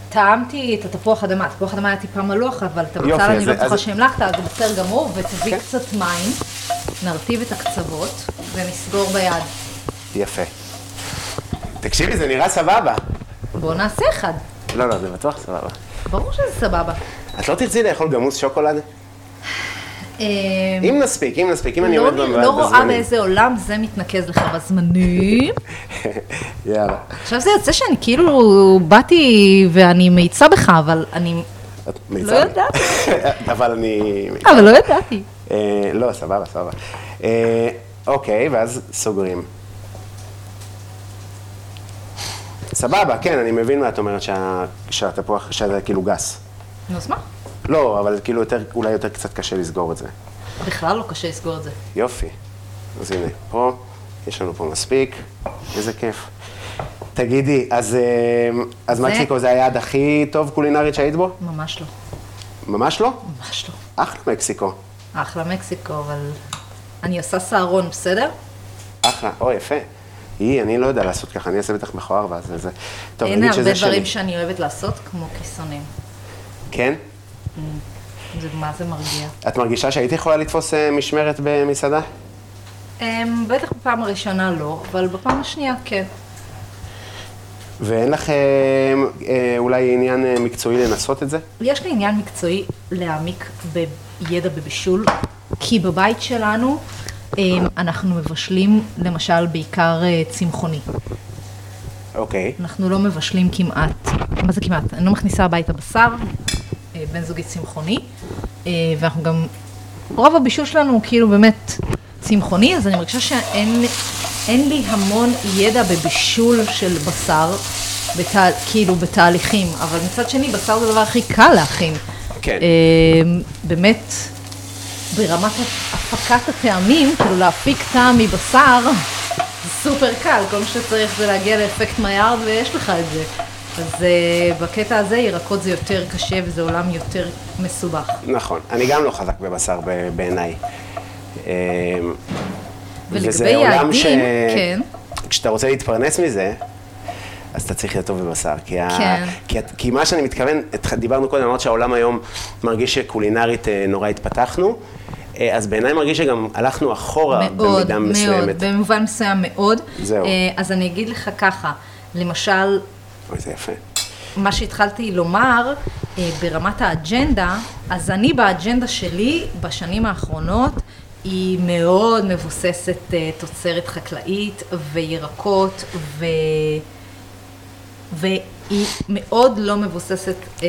S3: טעמתי את התפוח אדמה, תפוח אדמה היה טיפה מלוח, אבל את
S2: יופי,
S3: הבצל אני
S2: אז-
S3: לא
S2: אז-
S3: בטוחה שהמלכת, אז זה בסדר גמור, ותביא
S2: כן.
S3: קצת מים, נרטיב את הקצוות, ונסגור ביד.
S2: יפה. תקשיבי, זה נראה סבבה.
S3: בואו נעשה אחד,
S2: לא, לא, זה בטוח סבבה.
S3: ברור שזה סבבה.
S2: את לא תרצי לאכול גמוס שוקולד?
S3: אה,
S2: אם נספיק, אם נספיק, אם אני
S3: לא
S2: עומד
S3: נ-
S2: בזמנים.
S3: לא רואה באיזה עולם זה מתנקז לך בזמנים.
S2: יאללה.
S3: עכשיו זה יוצא שאני כאילו באתי ואני מאיצה בך, אבל אני...
S2: את מאיצה
S3: לא
S2: לי.
S3: יודעת.
S2: אבל אני...
S3: אבל לא ידעתי.
S2: אה, לא, סבבה, סבבה. אה, אוקיי, ואז סוגרים. סבבה, כן, אני מבין מה את אומרת שה- שהתפוח, שזה כאילו גס.
S3: נו, אז מה?
S2: לא, אבל כאילו יותר, אולי יותר קצת קשה לסגור את זה.
S3: בכלל לא קשה לסגור את זה.
S2: יופי. אז הנה, פה, יש לנו פה מספיק, איזה כיף. תגידי, אז, אה, אז מקסיקו זה היעד הכי טוב קולינרית שהיית בו?
S3: ממש לא,
S2: ממש לא?
S3: ממש לא.
S2: אחלה מקסיקו.
S3: אחלה מקסיקו, אבל... אני עושה סהרון, בסדר?
S2: אחלה, או יפה. היא, אני לא יודע לעשות ככה, אני אעשה בטח מכוער ואז זה. טוב,
S3: אין
S2: נגיד
S3: הרבה
S2: שזה שלי.
S3: דברים שאני אוהבת לעשות, כמו כיסונים.
S2: כן?
S3: זה מה זה מרגיע.
S2: את מרגישה שהיית יכולה לתפוס אה, משמרת במסעדה?
S3: אמ, בטח בפעם הראשונה לא, אבל בפעם השנייה כן.
S2: ואין לך אה, אה, אולי עניין אה, מקצועי לנסות את זה?
S3: יש לי עניין מקצועי להעמיק בידע בבישול, כי בבית שלנו אמ, אנחנו מבשלים למשל בעיקר אה, צמחוני.
S2: אוקיי.
S3: אנחנו לא מבשלים כמעט, מה זה כמעט? אני לא מכניסה הביתה בשר, אה, בן זוגי צמחוני, אה, ואנחנו גם, רוב הבישול שלנו הוא כאילו באמת צמחוני, אז אני מרגישה שאין אין לי המון ידע בבישול של בשר, בתה, כאילו בתהליכים, אבל מצד שני בשר זה הדבר הכי קל להכין.
S2: כן.
S3: אה, באמת, ברמת הפקת הטעמים, כאילו להפיק טעם מבשר, זה סופר קל, כל מה שצריך זה להגיע לאפקט מיארד ויש לך את זה. אז אה, בקטע הזה ירקות זה יותר קשה וזה עולם יותר מסובך.
S2: נכון. אני גם לא חזק בבשר ב- בעיניי. אה,
S3: ולגבי
S2: וזה עולם
S3: יעדים, כן.
S2: כשאתה רוצה להתפרנס מזה, אז אתה צריך להיות טוב בבשר. כי, ה...
S3: כן.
S2: כי, את- כי מה שאני מתכוון, את... דיברנו קודם, אמרת שהעולם היום מרגיש שקולינרית אה, נורא התפתחנו, אה, אז בעיניי מרגיש שגם הלכנו אחורה
S3: מאוד,
S2: במידה
S3: מאוד,
S2: מסוימת.
S3: במובן מסוים מאוד.
S2: זהו.
S3: אה, אז אני אגיד לך ככה, למשל,
S2: אוי, זה יפה.
S3: מה שהתחלתי לומר אה, ברמת האג'נדה, אז אני באג'נדה שלי בשנים האחרונות היא מאוד מבוססת אה, תוצרת חקלאית וירקות ו... והיא מאוד לא מבוססת אה,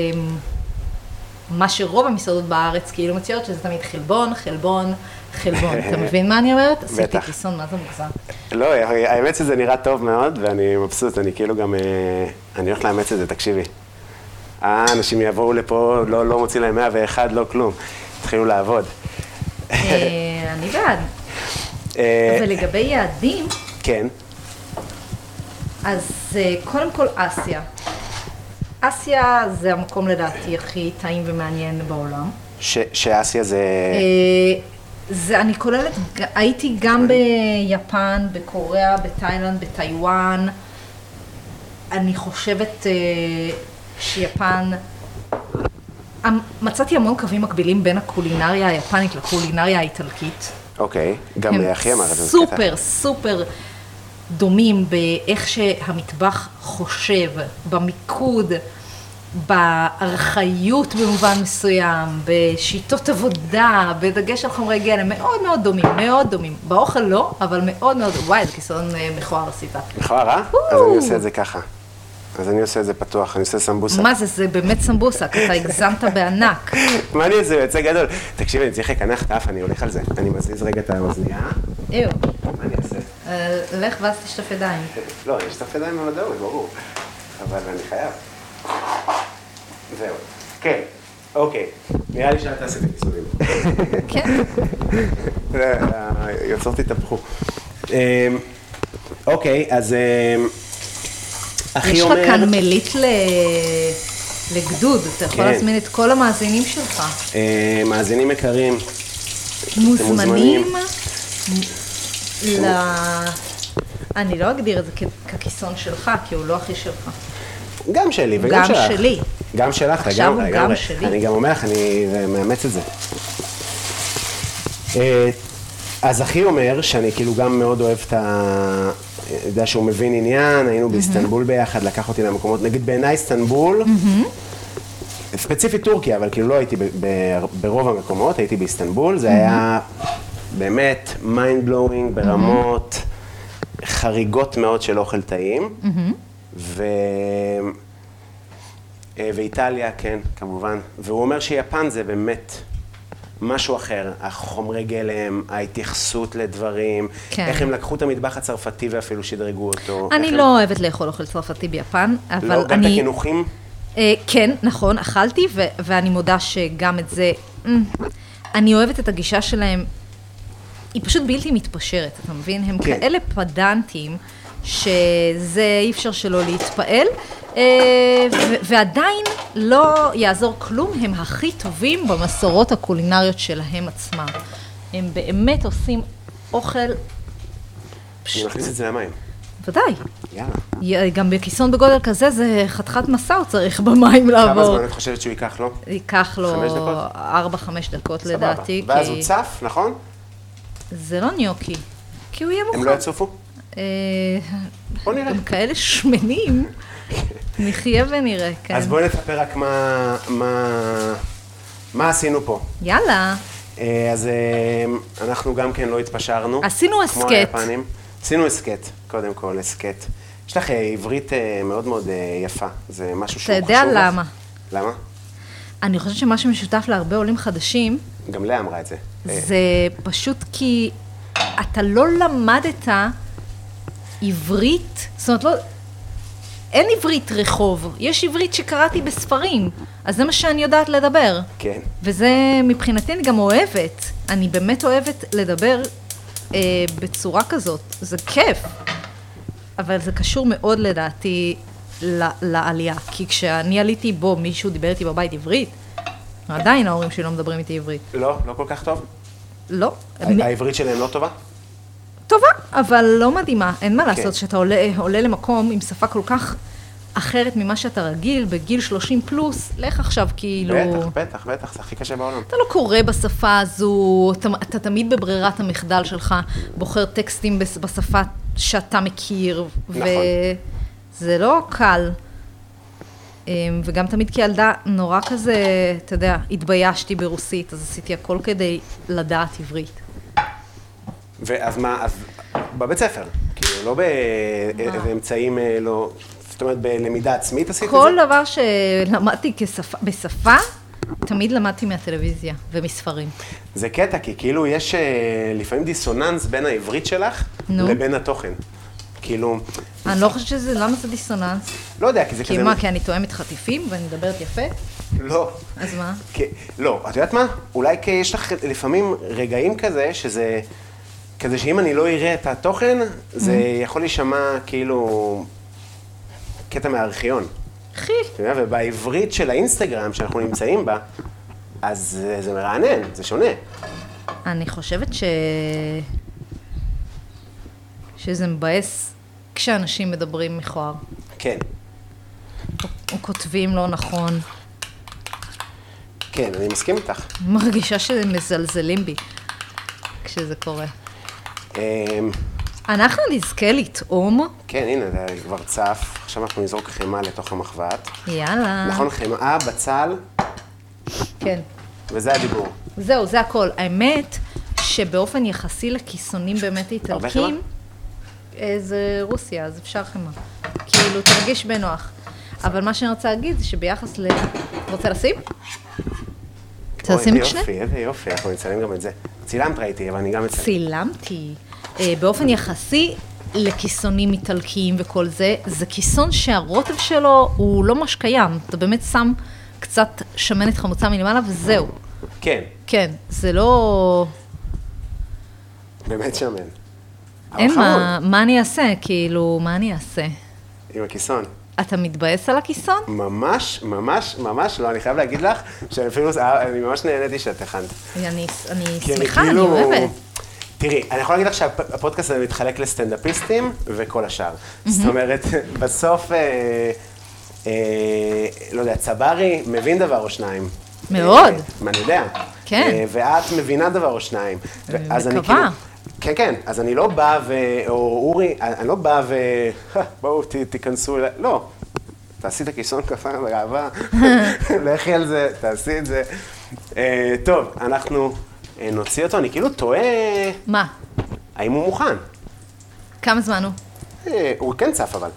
S3: מה שרוב המסעדות בארץ כאילו מציעות שזה תמיד חלבון, חלבון, חלבון. אתה מבין מה אני אומרת? עשיתי
S2: בטח.
S3: כיסון, מה זה מוגזם?
S2: לא, האמת שזה נראה טוב מאוד, ואני מבסוט, אני כאילו גם... אה, אני הולך לאמץ את זה, תקשיבי. אה, אנשים יבואו לפה, לא, לא מוציא להם 101, לא כלום. התחילו לעבוד.
S3: אה, אני בעד.
S2: אה,
S3: ולגבי יעדים,
S2: כן,
S3: אז אה, קודם כל אסיה. אסיה זה המקום לדעתי הכי טעים ומעניין בעולם.
S2: ש, שאסיה זה...
S3: אה, זה, אני כוללת, ג- הייתי גם ביפן, בקוריאה, בתאילנד, בטיוואן, אני חושבת אה, שיפן, המ- מצאתי המון קווים מקבילים בין הקולינריה היפנית לקולינריה האיטלקית.
S2: אוקיי, גם
S3: הם
S2: אחי אמר את זה. זה קטע.
S3: סופר סופר דומים באיך שהמטבח חושב, במיקוד, בארכאיות במובן מסוים, בשיטות עבודה, בדגש על חומרי גלם, מאוד מאוד דומים, מאוד דומים. באוכל לא, אבל מאוד מאוד, וואי, זה כיסאון אה, מכוער עשית.
S2: מכוער, אה? אז אני עושה את זה ככה. אז אני עושה את זה פתוח, אני עושה סמבוסה.
S3: מה זה, זה באמת סמבוסק, אתה הגזמת בענק.
S2: מעניין, זה יוצא גדול. תקשיב, אני צריך לקנח את האף, אני הולך על זה. אני מזיז רגע את האוזנייה.
S3: איו,
S2: מה אני אעשה?
S3: אה, לך ואז תשטף ידיים.
S2: לא, יש תוך ידיים בוודאות, ברור. אבל אני חייב. זהו. כן, אוקיי. נראה לי שאתה עשית קיצורים.
S3: כן,
S2: היוצרות התהפכו. אה, אמ, אוקיי, אז אמ, אחי
S3: יש
S2: אומר...
S3: לך כאן מליט ל... לגדוד, אתה יכול
S2: כן.
S3: להזמין את כל המאזינים שלך.
S2: אה, מאזינים יקרים,
S3: מוזמנים
S2: מוזמנים.
S3: ל... אני לא אגדיר את זה כ- ככיסון שלך, כי הוא לא הכי שלך.
S2: גם שלי וגם
S3: גם
S2: שלך.
S3: שלי.
S2: גם שלך,
S3: עכשיו
S2: לגמרי,
S3: הוא גם
S2: לגמרי.
S3: שלי.
S2: אני גם אומר לך, אני אה, מאמץ את זה. אה, אז אחי אומר שאני כאילו גם מאוד אוהב את ה... אה, יודע שהוא מבין עניין, היינו באיסטנבול ביחד, לקח אותי למקומות, נגיד בעיניי איסטנבול, ספציפית טורקיה, אבל כאילו לא הייתי ב- ב- ברוב המקומות, הייתי באיסטנבול, זה היה באמת מיינד בלואוינג ברמות חריגות מאוד של אוכל טעים, ו... אה, ואיטליה, כן, כמובן, והוא אומר שיפן זה באמת משהו אחר, החומרי גלם, ההתייחסות לדברים,
S3: כן.
S2: איך הם לקחו את המטבח הצרפתי ואפילו שדרגו אותו.
S3: אני
S2: איך
S3: לא אוהבת לאכול אוכל צרפתי ביפן,
S2: הם...
S3: אבל
S2: אוקיי. לא,
S3: אני...
S2: גם את הקינוחים?
S3: אה, כן, נכון, אכלתי, ו- ואני מודה שגם את זה... Mm, אני אוהבת את הגישה שלהם. היא פשוט בלתי מתפשרת, אתה מבין? הם
S2: כן.
S3: כן. כאלה פדנטים, שזה אי אפשר שלא להתפעל, אה, ו- ועדיין לא יעזור כלום, הם הכי טובים במסורות הקולינריות שלהם עצמם. הם באמת עושים אוכל,
S2: אני מכניס את זה למים.
S3: ודאי,
S2: יאללה.
S3: י- גם בכיסון בגודל כזה זה חתיכת מסע הוא צריך במים לעבור.
S2: כמה זמן את חושבת שהוא ייקח לא? לו?
S3: ייקח לו
S2: חמש דקות?
S3: 4-5 דקות
S2: סבבה.
S3: לדעתי,
S2: ואז הוא
S3: כי
S2: צף, נכון?
S3: זה לא ניוקי, כי הוא יהיה
S2: הם לא
S3: מוכן.
S2: יצופו?
S3: אה,
S2: בוא נראה.
S3: הם כאלה שמנים, נחיה ונראה, כן.
S2: אז בואי נספר רק מה, מה, מה עשינו פה.
S3: יאללה,
S2: אה, אז אה, אנחנו גם כן לא התפשרנו.
S3: עשינו
S2: כמו
S3: הסכת.
S2: היפנים. עשינו הסכת, קודם כל, הסכת. יש לך אה, עברית אה, מאוד מאוד אה, יפה, זה משהו שהוא חשוב
S3: יודע
S2: לך.
S3: למה.
S2: למה?
S3: אני חושבת שמה שמשותף להרבה עולים חדשים,
S2: גם לאה אמרה את זה. אה,
S3: זה פשוט כי אתה לא למדת עברית, זאת אומרת, לא, אין עברית רחוב, יש עברית שקראתי בספרים, אז זה מה שאני יודעת לדבר.
S2: כן.
S3: וזה מבחינתי אני גם אוהבת, אני באמת אוהבת לדבר אה, בצורה כזאת, זה כיף, אבל זה קשור מאוד לדעתי ל- לעלייה, כי כשאני עליתי בו מישהו דיבר איתי בבית עברית, עדיין ההורים שלי לא מדברים איתי עברית.
S2: לא, לא כל כך טוב?
S3: לא, מ-
S2: ה- העברית שלהם לא טובה?
S3: טובה, אבל לא מדהימה, אין מה לעשות
S2: כן.
S3: שאתה עולה, עולה למקום עם שפה כל כך אחרת ממה שאתה רגיל, בגיל 30 פלוס, לך עכשיו כאילו...
S2: בטח, בטח, בטח, זה הכי קשה בעולם.
S3: אתה לא קורא בשפה הזו, אתה, אתה תמיד בברירת המחדל שלך בוחר טקסטים בש- בשפה שאתה מכיר,
S2: נכון.
S3: וזה לא קל. אמ, וגם תמיד כילדה נורא כזה, אתה יודע, התביישתי ברוסית, אז עשיתי הכל כדי לדעת עברית.
S2: ואז מה, אז בבית ספר, כאילו, לא באמצעים, אה, לא, זאת אומרת, בלמידה עצמית עשית את זה?
S3: כל דבר שלמדתי כשפה, בשפה, תמיד למדתי מהטלוויזיה ומספרים.
S2: זה קטע, כי כאילו יש אה, לפעמים דיסוננס בין העברית שלך
S3: נו.
S2: לבין התוכן. כאילו,
S3: אני לא חושבת שזה, למה זה דיסוננס?
S2: לא יודע, כי זה
S3: כי
S2: כזה...
S3: מה, כן. כי אני תואמת חטיפים ואני מדברת יפה?
S2: לא.
S3: אז מה?
S2: כי... לא, את יודעת מה? אולי כי יש לך לפעמים רגעים כזה, שזה... כזה שאם אני לא אראה את התוכן, זה
S3: Mm-hmm.
S2: יכול להישמע כאילו קטע מהארכיון.
S3: אחי,
S2: אתה יודע, ובעברית של האינסטגרם שאנחנו נמצאים בה, אז אה, זה מרענן, זה שונה.
S3: אני חושבת ש... שזה מבאס כשאנשים מדברים מכוער.
S2: כן.
S3: כותבים לא נכון.
S2: כן, אני מסכים איתך.
S3: אני מרגישה שמזלזלים בי כשזה קורה.
S2: אמ,
S3: אנחנו נזכה לטעום,
S2: כן, הנה, זה כבר צף, עכשיו אנחנו נזרוק חמאה לתוך המחבת.
S3: יאללה.
S2: נכון, חמאה, בצל,
S3: כן.
S2: וזה הדיבור.
S3: זהו, זה הכל. האמת שבאופן יחסי לכיסונים באמת
S2: חמאה?
S3: איטלקים, אה, זה רוסיה, אז אפשר חמאה. כאילו, תרגיש בנוח. אבל מה שאני רוצה להגיד זה שביחס ל... רוצה לשים? רוצה
S2: אוי,
S3: לשים את
S2: איזה
S3: שני?
S2: יופי, איזה יופי, אנחנו נצלם גם את זה. צילמת ראיתי, אבל אני גם אצלם.
S3: צילמתי. אה, באופן יחסי לכיסונים איטלקיים וכל זה, זה כיסון שהרוטב שלו הוא לא ממש קיים. אתה באמת שם קצת שמנת חמוצה מלמעלה וזהו.
S2: כן,
S3: כן, זה לא...
S2: באמת שמן. אבל
S3: אין מה,
S2: חמוד,
S3: מה אני אעשה? כאילו, מה אני אעשה?
S2: עם הכיסון.
S3: אתה מתבאס על הכיסון?
S2: ממש, ממש, ממש לא, אני חייב להגיד לך, שאני אפילו, אה, אני ממש נהניתי שאת הכנת.
S3: אני, אני כאילו-
S2: כי
S3: שמחה, אני אוהבת.
S2: כן, כאילו- תראי, אני יכול להגיד לך שהפודקאסט הזה מתחלק לסטנדאפיסטים וכל השאר. זאת אומרת, בסוף, אה, אה, לא יודע, צברי מבין דבר או שניים.
S3: מאוד.
S2: אה, מה אני יודע.
S3: כן.
S2: אה, ואת מבינה דבר או שניים. ואז אני
S3: אה, מקווה.
S2: כאילו- כן, כן, אז אני לא באה ו... או אורי, אני אני לא באה ו... בואו ת- תיכנסו אליי, לא. תעשי את הכיסון כפה בגאווה, לכי על זה, תעשי את זה. אה, טוב, אנחנו אה, נוציא אותו, אני כאילו תוהה
S3: מה?
S2: האם הוא מוכן.
S3: כמה זמן הוא?
S2: אה, הוא כן צף אבל.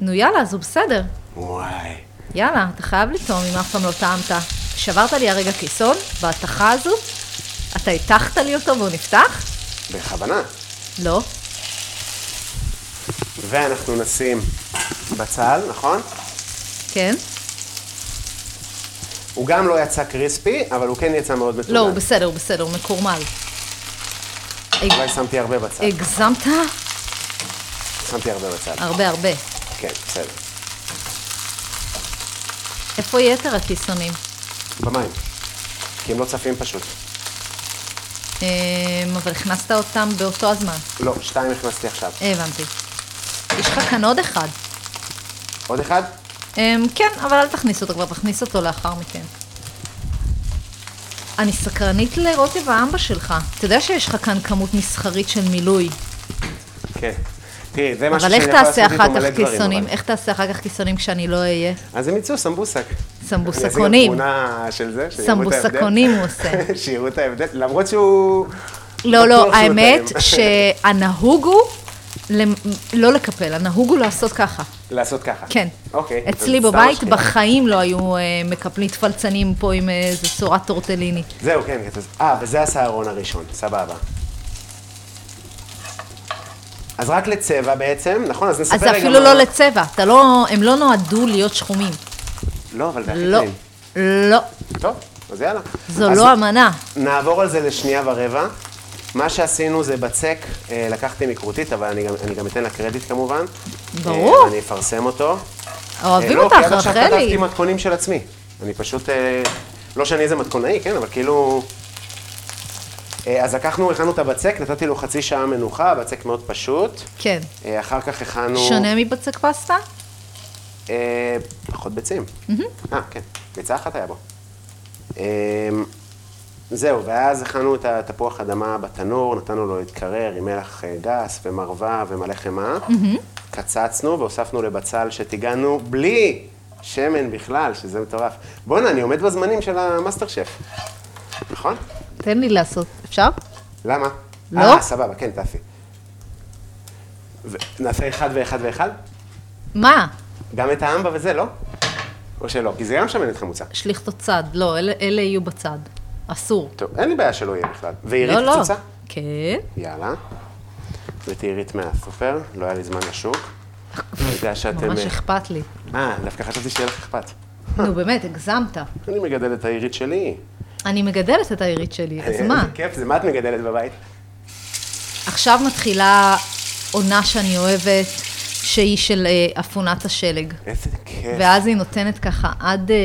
S3: נו יאללה, אז הוא בסדר.
S2: וואי.
S3: יאללה, אתה חייב לטעום אם אף פעם לא טעמת. שברת לי הרגע כיסון, בהתכה הזו, אתה הטחת לי אותו והוא נפתח?
S2: בכוונה.
S3: לא.
S2: ואנחנו נשים בצל, נכון?
S3: כן?
S2: הוא גם לא יצא קריספי, אבל הוא כן יצא מאוד מתומן.
S3: לא, הוא בסדר, הוא בסדר, הוא מקורמל. הג-
S2: אולי שמתי הרבה בצל.
S3: אה, הגזמת
S2: שמתי הרבה בצל.
S3: הרבה הרבה.
S2: כן, בסדר.
S3: איפה יתר הכיסונים?
S2: במים. כי הם לא צפים פשוט.
S3: אמ, אבל הכנסת אותם באותו הזמן.
S2: לא, שתיים הכנסתי עכשיו.
S3: הבנתי. יש לך כאן עוד אחד.
S2: עוד אחד?
S3: אמ, כן, אבל אל תכניס אותו כבר, תכניס אותו לאחר מכן. אני סקרנית לרוטב האמבה שלך. אתה יודע שיש לך כאן כמות מסחרית של מילוי,
S2: כן. תראי, זה משהו
S3: אבל
S2: שאני
S3: איך
S2: יכול
S3: תעשה
S2: לעשות איתו
S3: אחר
S2: מלא
S3: כך
S2: דברים.
S3: כיסונים?
S2: אבל.
S3: איך תעשה אחר כך כיסונים כשאני לא אהיה?
S2: אז הם יצאו סמבוסק.
S3: סמבוסקונים.
S2: אני אעשה גם תמונה של זה, שיראו את ההבדל.
S3: סמבוסקונים הוא עושה.
S2: שיראו את ההבדל, למרות שהוא...
S3: לא,
S2: בטוח שהוא
S3: לא, האמת
S2: טעים.
S3: שהנהוג הוא למ- לא לקפל, הנהוג הוא לעשות ככה.
S2: לעשות ככה.
S3: כן.
S2: אוקיי.
S3: אצלי
S2: אז סתם
S3: בבית
S2: משקיע.
S3: בחיים לא היו אה, מקפלים פלצנים פה עם איזה צורה טורטליני.
S2: זהו, כן. כן, אז- אה, וזה הסהרון הראשון, סבבה. אז רק לצבע בעצם, נכון? אז נספר
S3: אז
S2: רגע
S3: זה אפילו
S2: מה-
S3: לא לצבע, אתה לא, הם לא נועדו להיות שחומים.
S2: לא, אבל זה הכי
S3: לא,
S2: טעים.
S3: לא,
S2: טוב, אז יאללה.
S3: זו
S2: אז
S3: לא אמנה.
S2: נעבור על זה לשנייה ורבע. מה שעשינו זה בצק, אה, לקחתי מכרותית, אבל אני גם, אני גם אתן לה קרדיט כמובן.
S3: ברור.
S2: אה, אני אפרסם אותו. אה,
S3: אוהבים
S2: לא, כי
S3: אותך,
S2: עד עכשיו כתבתי
S3: רחלי.
S2: מתכונים של עצמי. אני פשוט, אה, לא שאני איזה מתכונאי, כן, אבל כאילו... אה, אז לקחנו, הכנו את הבצק, נתתי לו חצי שעה מנוחה, בצק מאוד פשוט.
S3: כן.
S2: אה, אחר כך הכנו...
S3: שונה מבצק פסטה?
S2: אה, פחות ביצים. אה, כן. ביצה אחת היה בו. אה, זהו, ואז הכנו את התפוח אדמה בתנור, נתנו לו להתקרר עם מלח אה, גס ומרווה ומלא חמאה. קצצנו והוספנו לבצל שטיגנו בלי שמן בכלל, שזה מטורף. בואנה, אני עומד בזמנים של המאסטר שף, נכון?
S3: תן לי לעשות, אפשר?
S2: למה?
S3: לא.
S2: אה, סבבה, כן, תעשי. ו- נעשה אחד ואחד ואחד?
S3: מה?
S2: גם את האמבה וזה, לא? או שלא? כי זה גם שמנת חמוצה.
S3: שליך תוצד, לא, אלה אלה יהיו בצד. אסור.
S2: טוב, אין לי בעיה שלא יהיה בכלל. ועירית
S3: לא, לא.
S2: קצוצה?
S3: כן.
S2: יאללה. הבאתי עירית מהסופר, לא היה לי זמן לשוק. אני יודע שאתם...
S3: ממש
S2: אה,
S3: אכפת לי.
S2: אה, דווקא חשבתי שיהיה לך אכפת.
S3: נו באמת, הגזמת.
S2: אני מגדל את העירית שלי.
S3: אני מגדלת את העירית שלי, אז
S2: אה,
S3: מה?
S2: איזה כיף, זה מה את מגדלת בבית?
S3: עכשיו מתחילה עונה שאני אוהבת, שהיא של אה, אפונת השלג.
S2: איזה כיף.
S3: ואז היא נותנת ככה עד, אה,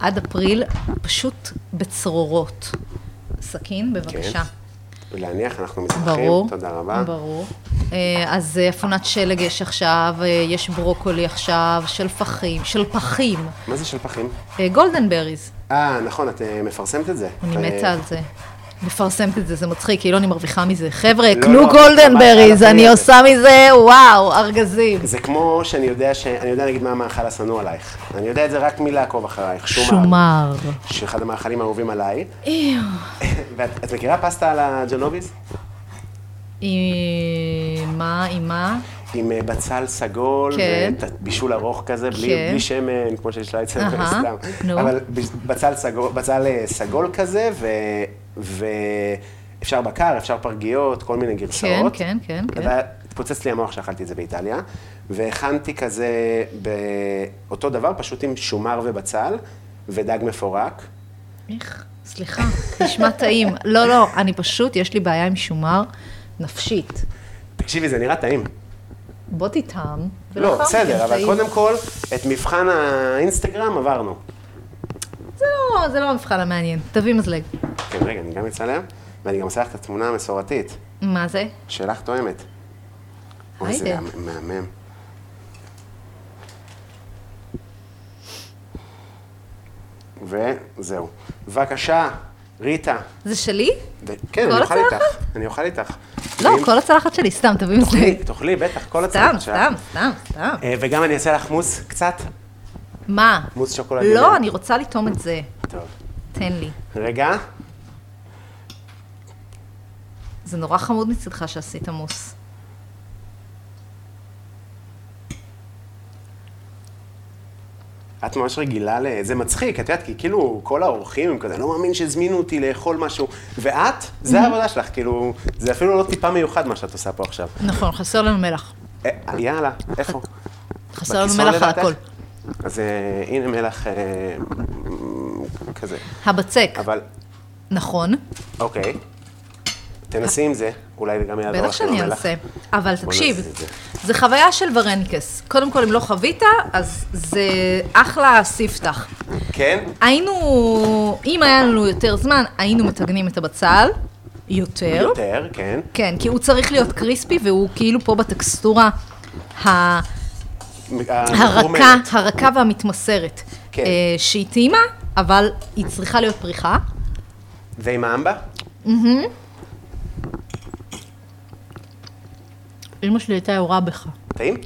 S3: עד אפריל, פשוט בצרורות. סכין, בבקשה.
S2: כן. ולהניח, אנחנו מזרחים.
S3: ברור.
S2: כן. תודה רבה.
S3: ברור. אה, אז אה, אפונת שלג יש עכשיו, אה, יש ברוקולי עכשיו, של פחים, של פחים,
S2: מה זה של פחים?
S3: אה, גולדנבריז,
S2: אה, נכון, את אה, מפרסמת את זה.
S3: אני
S2: אה,
S3: מתה על זה. מפרסמת את זה, זה מצחיק, כאילו אני מרוויחה מזה. חבר'ה,
S2: לא,
S3: קנו
S2: לא, ממש,
S3: גולדנבריז,
S2: אנחנו
S3: אני
S2: נהיה-
S3: עושה מזה, וואו, ארגזים.
S2: זה כמו שאני יודע, ש... אני יודע נגיד מה המאכל השנוא עלייך. אני יודע את זה רק מלעקוב אחרייך, שומר.
S3: שומר.
S2: שאחד המאכלים האהובים עליי.
S3: איו.
S2: ואת את מכירה פסטה על הג'נוביז?
S3: עם מה, עם מה?
S2: עם אה, בצל סגול,
S3: כן.
S2: ואת- בישול ארוך כזה, בלי,
S3: כן.
S2: בלי שמן, כמו שיש לה אצל
S3: אהה,
S2: סתם.
S3: נו.
S2: אבל ב- בצל סגול, בצל אה, סגול כזה, ו... ו... אפשר בקר, אפשר פרגיות, כל מיני גרסאות.
S3: כן, כן, כן.
S2: אבל התפוצץ לי המוח שאכלתי את זה באיטליה, והכנתי כזה, באותו דבר, פשוט עם שומר ובצל, ודג מפורק.
S3: איך? סליחה, נשמע טעים. לא, לא, אני פשוט, יש לי בעיה עם שומר נפשית.
S2: תקשיבי, זה נראה טעים.
S3: בוא תטעם.
S2: לא,
S3: ולאחר מכן
S2: בסדר, אבל
S3: תעיד.
S2: קודם כל, את מבחן האינסטגרם עברנו.
S3: זה לא, זה לא המבחן המעניין. תביא מזלג.
S2: כן, רגע, אני גם אצלם, ואני גם עושה לך את התמונה המסורתית,
S3: מה זה?
S2: שלך תואמת. אוי, זה
S3: היידה.
S2: גם מהמם. וזהו. בבקשה, ריטה.
S3: זה שלי?
S2: ו- כן,
S3: כל
S2: אני אוכל
S3: הצלחת?
S2: איתך. אני אוכל איתך.
S3: לא,
S2: ואם-
S3: כל הצלחת שלי, סתם, תביא מזלג.
S2: תאכלי, תאכלי, בטח, כל
S3: סתם,
S2: הצלחת שלך.
S3: סתם, סתם, סתם.
S2: אה, וגם אני אעשה לך מוס קצת.
S3: מה?
S2: מוס שוקולד.
S3: לא,
S2: מילן.
S3: אני רוצה לטעום את זה.
S2: טוב.
S3: תן לי.
S2: רגע,
S3: זה נורא חמוד מצדך שעשית מוס.
S2: את ממש רגילה ל... זה מצחיק, את יודעת, כי כאילו כל האורחים הם כזה, "אני לא מאמין שהזמינו אותי לאכול משהו, ואת,
S3: Mm-hmm.
S2: זה העבודה שלך, כאילו, זה אפילו לא טיפה מיוחד מה שאת עושה פה עכשיו.
S3: נכון, חסר לנו מלח.
S2: אה, יאללה, איפה?
S3: חסר לנו
S2: בכיסאון
S3: מלח על
S2: לדעתך?
S3: הכל.
S2: אז אה, הנה מלח אה, כזה,
S3: הבצק,
S2: אבל
S3: נכון,
S2: אוקיי, תנסי עם זה, אולי זה גם יעזור לך עם
S3: בטח שאני
S2: המלח.
S3: אעשה, אבל תקשיב,
S2: לא נעשה את זה.
S3: זה חוויה של ורניקס. קודם כל, אם לא חווית, אז זה אחלה ספתח.
S2: כן?
S3: היינו, אם היה לנו יותר זמן, היינו מתגנים את הבצל, יותר.
S2: יותר, כן.
S3: כן, כי הוא צריך להיות קריספי, והוא כאילו פה בטקסטורה ה...
S2: אה,
S3: הרכה,
S2: המחורמלת.
S3: הרכה והמתמסרת.
S2: כן.
S3: אה, שהיא טעימה, אבל היא צריכה להיות פריחה.
S2: ועם האמבה?
S4: אמא שלי הייתה יורה בך.
S2: טעים?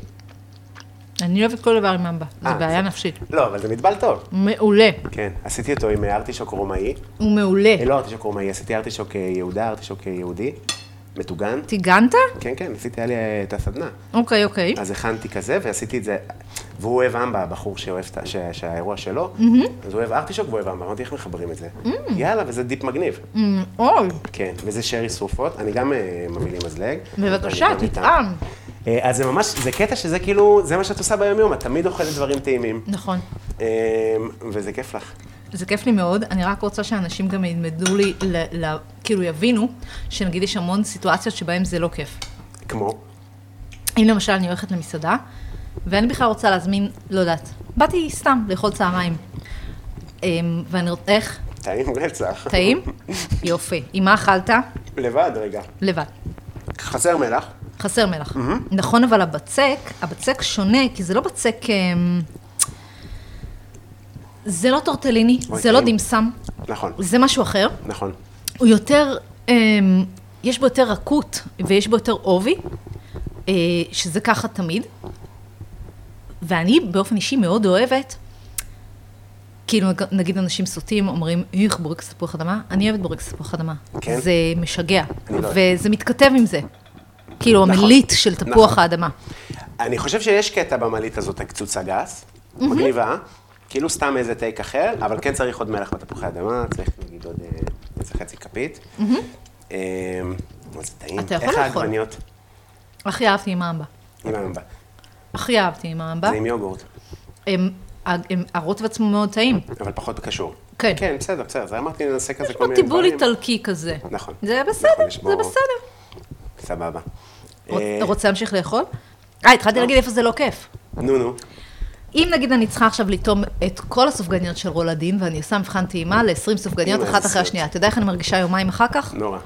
S4: אני אוהבת כל דבר עם אמבה,
S2: אה,
S4: זו בעיה נפשית.
S2: לא, אבל זה מטבל טוב.
S4: מעולה,
S2: כן, עשיתי אותו עם ארטישוק רומאי.
S3: הוא מעולה.
S2: אה, לא ארטישוק רומאי, עשיתי ארטישוק אה, יהודה, ארטישוק אה, יהודי, מטוגן.
S3: טיגנת?
S2: כן, כן, עשיתי, היה לי אה, את הסדנה.
S4: אוקיי, אוקיי.
S2: אז הכנתי כזה, ועשיתי את זה, והוא אוהב אמבה, הבחור שאוהב את ה- ש- שהאירוע שלו, אז הוא אוהב ארטישוק והוא אוהב אמבה, אמרתי, איך מחברים את זה? יאללה, וזה דיפ מגניב.
S4: אוי,
S2: כן, וזה שרי סופות, אני גם אה, מביא לי מזלג.
S4: בבקשה,
S2: ואני גם איתם.
S4: תטעם.
S2: אה, אז זה ממש, זה קטע שזה כאילו, זה מה שאת עושה ביום-יום, את תמיד אוכלת דברים טעימים,
S4: נכון.
S2: אה, וזה כיף לך.
S4: זה כיף לי מאוד, אני רק רוצה שאנשים גם ילמדו לי, ל- ל- כאילו יבינו, שנגיד יש המון סיטואציות שבהן זה לא כיף.
S2: כמו,
S4: אם למשל אני הולכת למסעדה, ואני בכלל רוצה להזמין, לא יודעת, באתי סתם לאכול צהריים. אמ, ואני רוצה, איך?
S2: טעים רצח.
S4: טעים? יופי. עם מה אכלת?
S2: לבד רגע.
S4: לבד.
S2: חסר מלח.
S4: חסר מלח. נכון, אבל הבצק, הבצק שונה, כי זה לא בצק... אמ, זה לא טורטליני,
S2: אוי,
S4: זה לא
S2: טעים.
S4: דים סם,
S2: נכון,
S4: זה משהו אחר.
S2: נכון.
S4: הוא יותר, אמ, יש בו יותר רכות ויש בו יותר עובי, אה, שזה ככה תמיד. ואני באופן אישי מאוד אוהבת, כאילו נג- נגיד אנשים סוטים אומרים, איך בורקס תפוח אדמה, אני אוהבת בורקס תפוח אדמה.
S2: כן?
S4: זה משגע,
S2: אני לא אוהב.
S4: וזה מתכתב עם זה. כאילו
S2: נכון,
S4: המליט של תפוח
S2: נכון.
S4: האדמה.
S2: אני חושב שיש קטע במעלית הזאת, הקצוץ הגס, מגניבה, כאילו סתם איזה טייק אחר, אבל כן צריך עוד מלח בתפוחי אדמה, צריך נגיד עוד אה, איזה חצי כפית. אה, אוי, זה טעים.
S4: אתה יכול
S2: איך
S4: לאכול.
S2: העגבניות?
S4: הכי אהבתי עם האמבה.
S2: עם האמבה.
S4: הכי אהבתי עם האמבה.
S2: זה עם יוגורט,
S4: הם- הם- הרוטב עצמו מאוד טעים.
S2: אבל פחות קשור.
S4: כן.
S2: כן, בסדר, בסדר, זה אמרתי, ננסה כזה
S4: יש
S2: כל
S4: בו
S2: מיני
S4: טיבול
S2: דברים.
S4: איטלקי כזה.
S2: נכון.
S4: זה
S2: נכון,
S4: בסדר,
S2: יש
S4: זה
S2: בו-
S4: בסדר.
S2: סבבה.
S4: רוצ-
S2: אה,
S4: רוצה להמשיך לאכול? אה, התחלתי להגיד איפה זה לא כיף.
S2: נו, נו.
S4: אם נגיד אני צריכה עכשיו לטום את כל הסופגניות של רולדין, ואני עושה מבחן טעימה ל-20 סופגניות
S2: אימא,
S4: אחת
S2: איזה
S4: אחרי
S2: סיוט.
S4: לא. השנייה, אתה יודע איך אני מרגישה יומיים אחר כך?
S2: נורא. אה,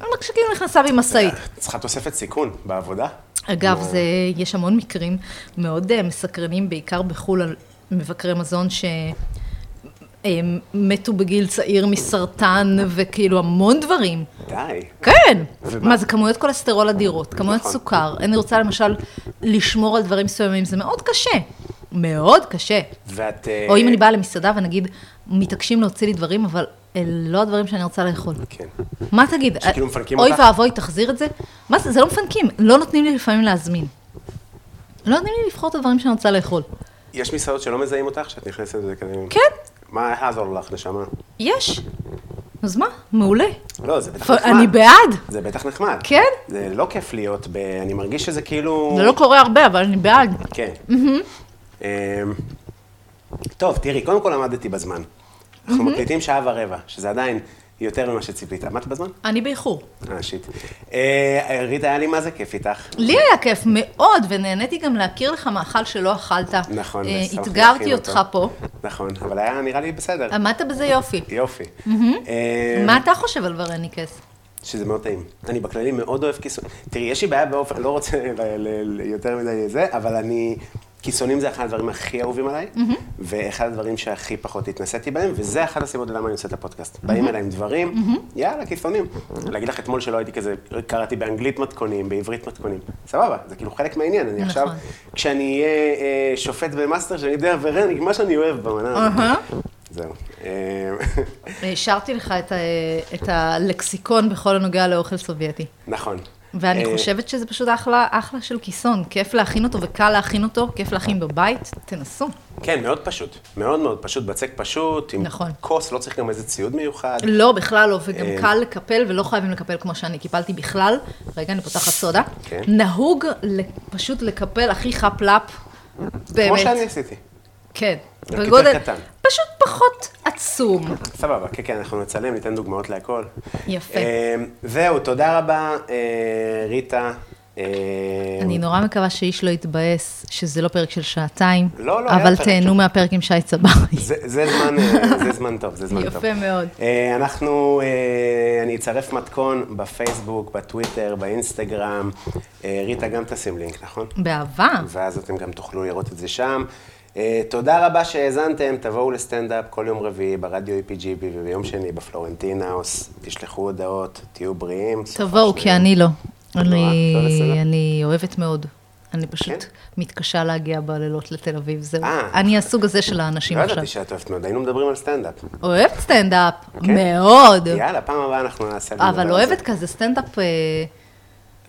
S3: אני מרגישה כאילו נכנסה בי משאית.
S2: צריכה תוספת סיכון בעבודה.
S4: לא.
S3: אגב, זה, יש המון מקרים מאוד אה, מסקרנים, בעיקר בחו"ל, על מבקרי מזון שהם מתו בגיל צעיר מסרטן וכאילו המון דברים.
S2: די.
S3: כן.
S2: ומה?
S3: מה זה כמויות כולסטרול אדירות, כמויות
S2: נכון.
S3: סוכר. אני רוצה למשל לשמור על דברים מסוימים, זה מאוד קשה. מאוד קשה.
S2: ואת... אה,
S3: או אם אני באה למסעדה ונגיד, מתעקשים להוציא לי דברים, אבל אלה לא הדברים שאני רוצה לאכול.
S2: כן.
S3: מה תגיד?
S2: שכאילו מפנקים
S3: אוי
S2: אותך?
S3: ואבוי, תחזיר את זה? מה זה? זה לא מפנקים, לא נותנים לי לפעמים להזמין. לא נותנים לי לבחור את הדברים שאני רוצה לאכול.
S2: יש מסעדות שלא מזהים אותך, שאת נכנסת לזה כזה...
S3: כן.
S2: מה יעזור לך, נשמה?
S3: יש. אז מה? מעולה.
S2: לא, זה בטח
S3: אבל
S2: נחמד.
S3: אני בעד.
S2: זה בטח נחמד.
S3: כן.
S2: זה לא כיף להיות ב... אני מרגיש שזה כאילו...
S3: זה לא קורה הרבה, אבל אני בעד.
S2: כן. אמ, טוב, תראי, קודם כל עמדתי בזמן. אנחנו מקליטים שעה ורבע, שזה עדיין יותר ממה שציפית. עמדת בזמן?
S3: אני באיחור.
S2: אה, שיט. אה, רית, היה לי מה זה כיף איתך.
S3: לי היה כיף מאוד, ונהניתי גם להכיר לך מאכל שלא אכלת.
S2: נכון,
S3: אה,
S2: ושמחתי
S3: אתגרתי
S2: להכין
S3: אותך פה.
S2: אותו. נכון, אבל היה נראה לי בסדר.
S3: עמדת בזה יופי.
S2: יופי. אה,
S3: מה אתה חושב על ורניקס?
S2: שזה מאוד טעים. אני בכללי מאוד אוהב כיסון. תראי, יש לי בעיה באופן, לא רוצה ל- ל- ל- יותר מדי זה, אבל אני... כיסונים זה אחד הדברים הכי אהובים עליי, ואחד הדברים שהכי פחות התנסיתי בהם, וזה אחת הסיבות למה אני עושה את הפודקאסט. באים אליי עם דברים, יאללה, כיסונים. להגיד לך, אתמול שלא הייתי כזה, קראתי באנגלית מתכונים, בעברית מתכונים. סבבה, זה כאילו חלק מהעניין. אני עכשיו,
S3: נכון.
S2: כשאני אהיה אה, שופט במאסטר, שאני יודע ורן, מה שאני אוהב במנה. זהו. אה,
S3: השארתי לך את ה- אה, את הלקסיקון בכל הנוגע לאוכל סובייטי.
S2: נכון.
S3: ואני
S2: אה,
S3: חושבת שזה פשוט אחלה, אחלה של כיסון. כיף להכין אותו וקל להכין אותו, כיף להכין בבית, תנסו.
S2: כן, מאוד פשוט. מאוד מאוד פשוט, בצק פשוט, עם
S3: נכון.
S2: כוס, לא צריך גם איזה ציוד מיוחד.
S3: לא, בכלל לא, וגם
S2: אה.
S3: קל לקפל, ולא חייבים לקפל כמו שאני קיפלתי בכלל. רגע, אני פותחת סודה.
S2: כן.
S3: נהוג ל- פשוט לקפל הכי חפלאפ, באמת.
S2: כמו שאני עשיתי.
S3: כן.
S2: רק יותר קטן.
S3: פשוט פחות עצום.
S2: סבבה, כן, כן, אנחנו נצלם, ניתן דוגמאות להכל.
S3: יפה.
S2: אה, זהו, תודה רבה, אה, ריטה. אה,
S3: אני נורא מקווה שאיש לא יתבאס, שזה לא פרק של שעתיים.
S2: לא, לא, היה
S3: אבל
S2: פרק.
S3: תהנו מהפרק עם שי צברי.
S2: זה, זה, זמן, אה, זה זמן טוב, זה זמן
S3: יפה
S2: טוב.
S3: מאוד.
S2: אה, אנחנו, אה, אני אצרף מתכון בפייסבוק, בטוויטר, באינסטגרם. אה, ריטה גם תשים לינק, נכון?
S3: באהבה.
S2: ואז אתם גם תוכלו לראות את זה שם. אה, תודה רבה שהאזנתם, תבואו לסטנדאפ כל יום רביעי ברדיו E EPGB וביום שני בפלורנטין האוס, תשלחו הודעות, תהיו בריאים. סוף
S3: תבואו,
S2: השבוע.
S3: כי אני לא.
S2: לא
S3: אני,
S2: נורא, לא בסדר.
S3: אני אוהבת מאוד. אני פשוט
S2: כן?
S3: מתקשה להגיע בלילות לתל אביב, זהו.
S2: אה.
S3: אני הסוג הזה של האנשים
S2: לא
S3: עכשיו.
S2: ידעתי שאת אוהבת מאוד, היינו מדברים על סטנדאפ.
S3: אוהבת סטנדאפ,
S2: כן?
S3: מאוד.
S2: יאללה, פעם הבאה אנחנו נעשה... לדבר על
S3: אבל
S2: זה.
S3: אוהבת כזה סטנדאפ אה,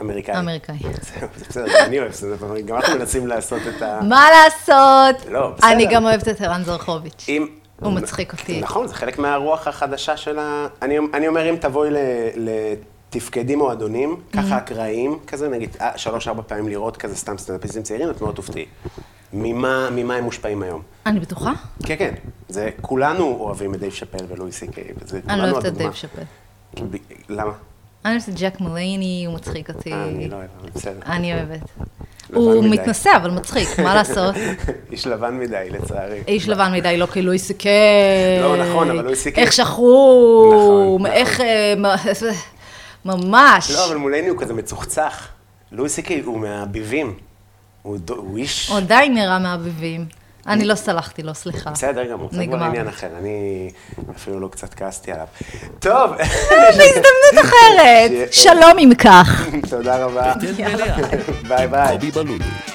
S2: אמריקאי.
S3: אמריקאי.
S2: זהו, זה בסדר, אני אוהב סטנדאפ, אבל גם אנחנו מנסים לעשות את ה...
S3: מה לעשות?
S2: אה. לא, בסדר.
S3: אני גם אוהבת את ערן זרחוביץ'.
S2: אם...
S3: הוא מצחיק אותי.
S2: נכון, זה חלק מהרוח החדשה של ה... אני, אני אומר, אם תבואי ל... ל... תפקדי מועדונים,
S3: Mm-hmm.
S2: ככה אקראיים, כזה נגיד אה, שלוש-ארבע פעמים לראות כזה סתם סטנדאפיסטים צעירים, את מאוד תופתעי. ממה, ממה הם מושפעים היום?
S3: אני בטוחה?
S2: כן, כן, זה כולנו אוהבים את דייב שאפל ולואי סי קיי, וזה
S3: אני
S2: כולנו
S3: לא אוהבת את
S2: הדוגמה.
S3: דייב שאפל.
S2: ב- למה?
S3: אני אוהבת את ג'ק מלייני, הוא מצחיק אותי.
S2: אה, אני לא אוהב, אבל בסדר.
S3: אני אוהבת.
S2: לבן
S3: הוא
S2: מדי.
S3: מתנשא, אבל מצחיק, מה לעשות?
S2: איש לבן מדי, לצערי.
S3: איש לבן מדי, לא כי לואי סי קיי.
S2: לא, נכון, אבל לואי סי קיי-
S3: איך שחרור,
S2: נכון,
S3: איך... אה, מ- ממש.
S2: לא, אבל מולני הוא כזה מצוחצח. לואי סי קיי הוא מהביבים. הוא דו- הוא איש...
S3: עדיין נראה מהביבים. אני לא סלחתי לו, סליחה.
S2: בסדר גמור, זה כבר
S3: נגמר.
S2: עניין אחר, אני אפילו לא קצת כעסתי עליו. טוב,
S3: הזדמנות אחרת.
S2: שיהיה-
S3: שלום אם כך.
S2: תודה רבה,
S1: בטן מלאה
S2: ביי ביי.
S1: קובי בלולו.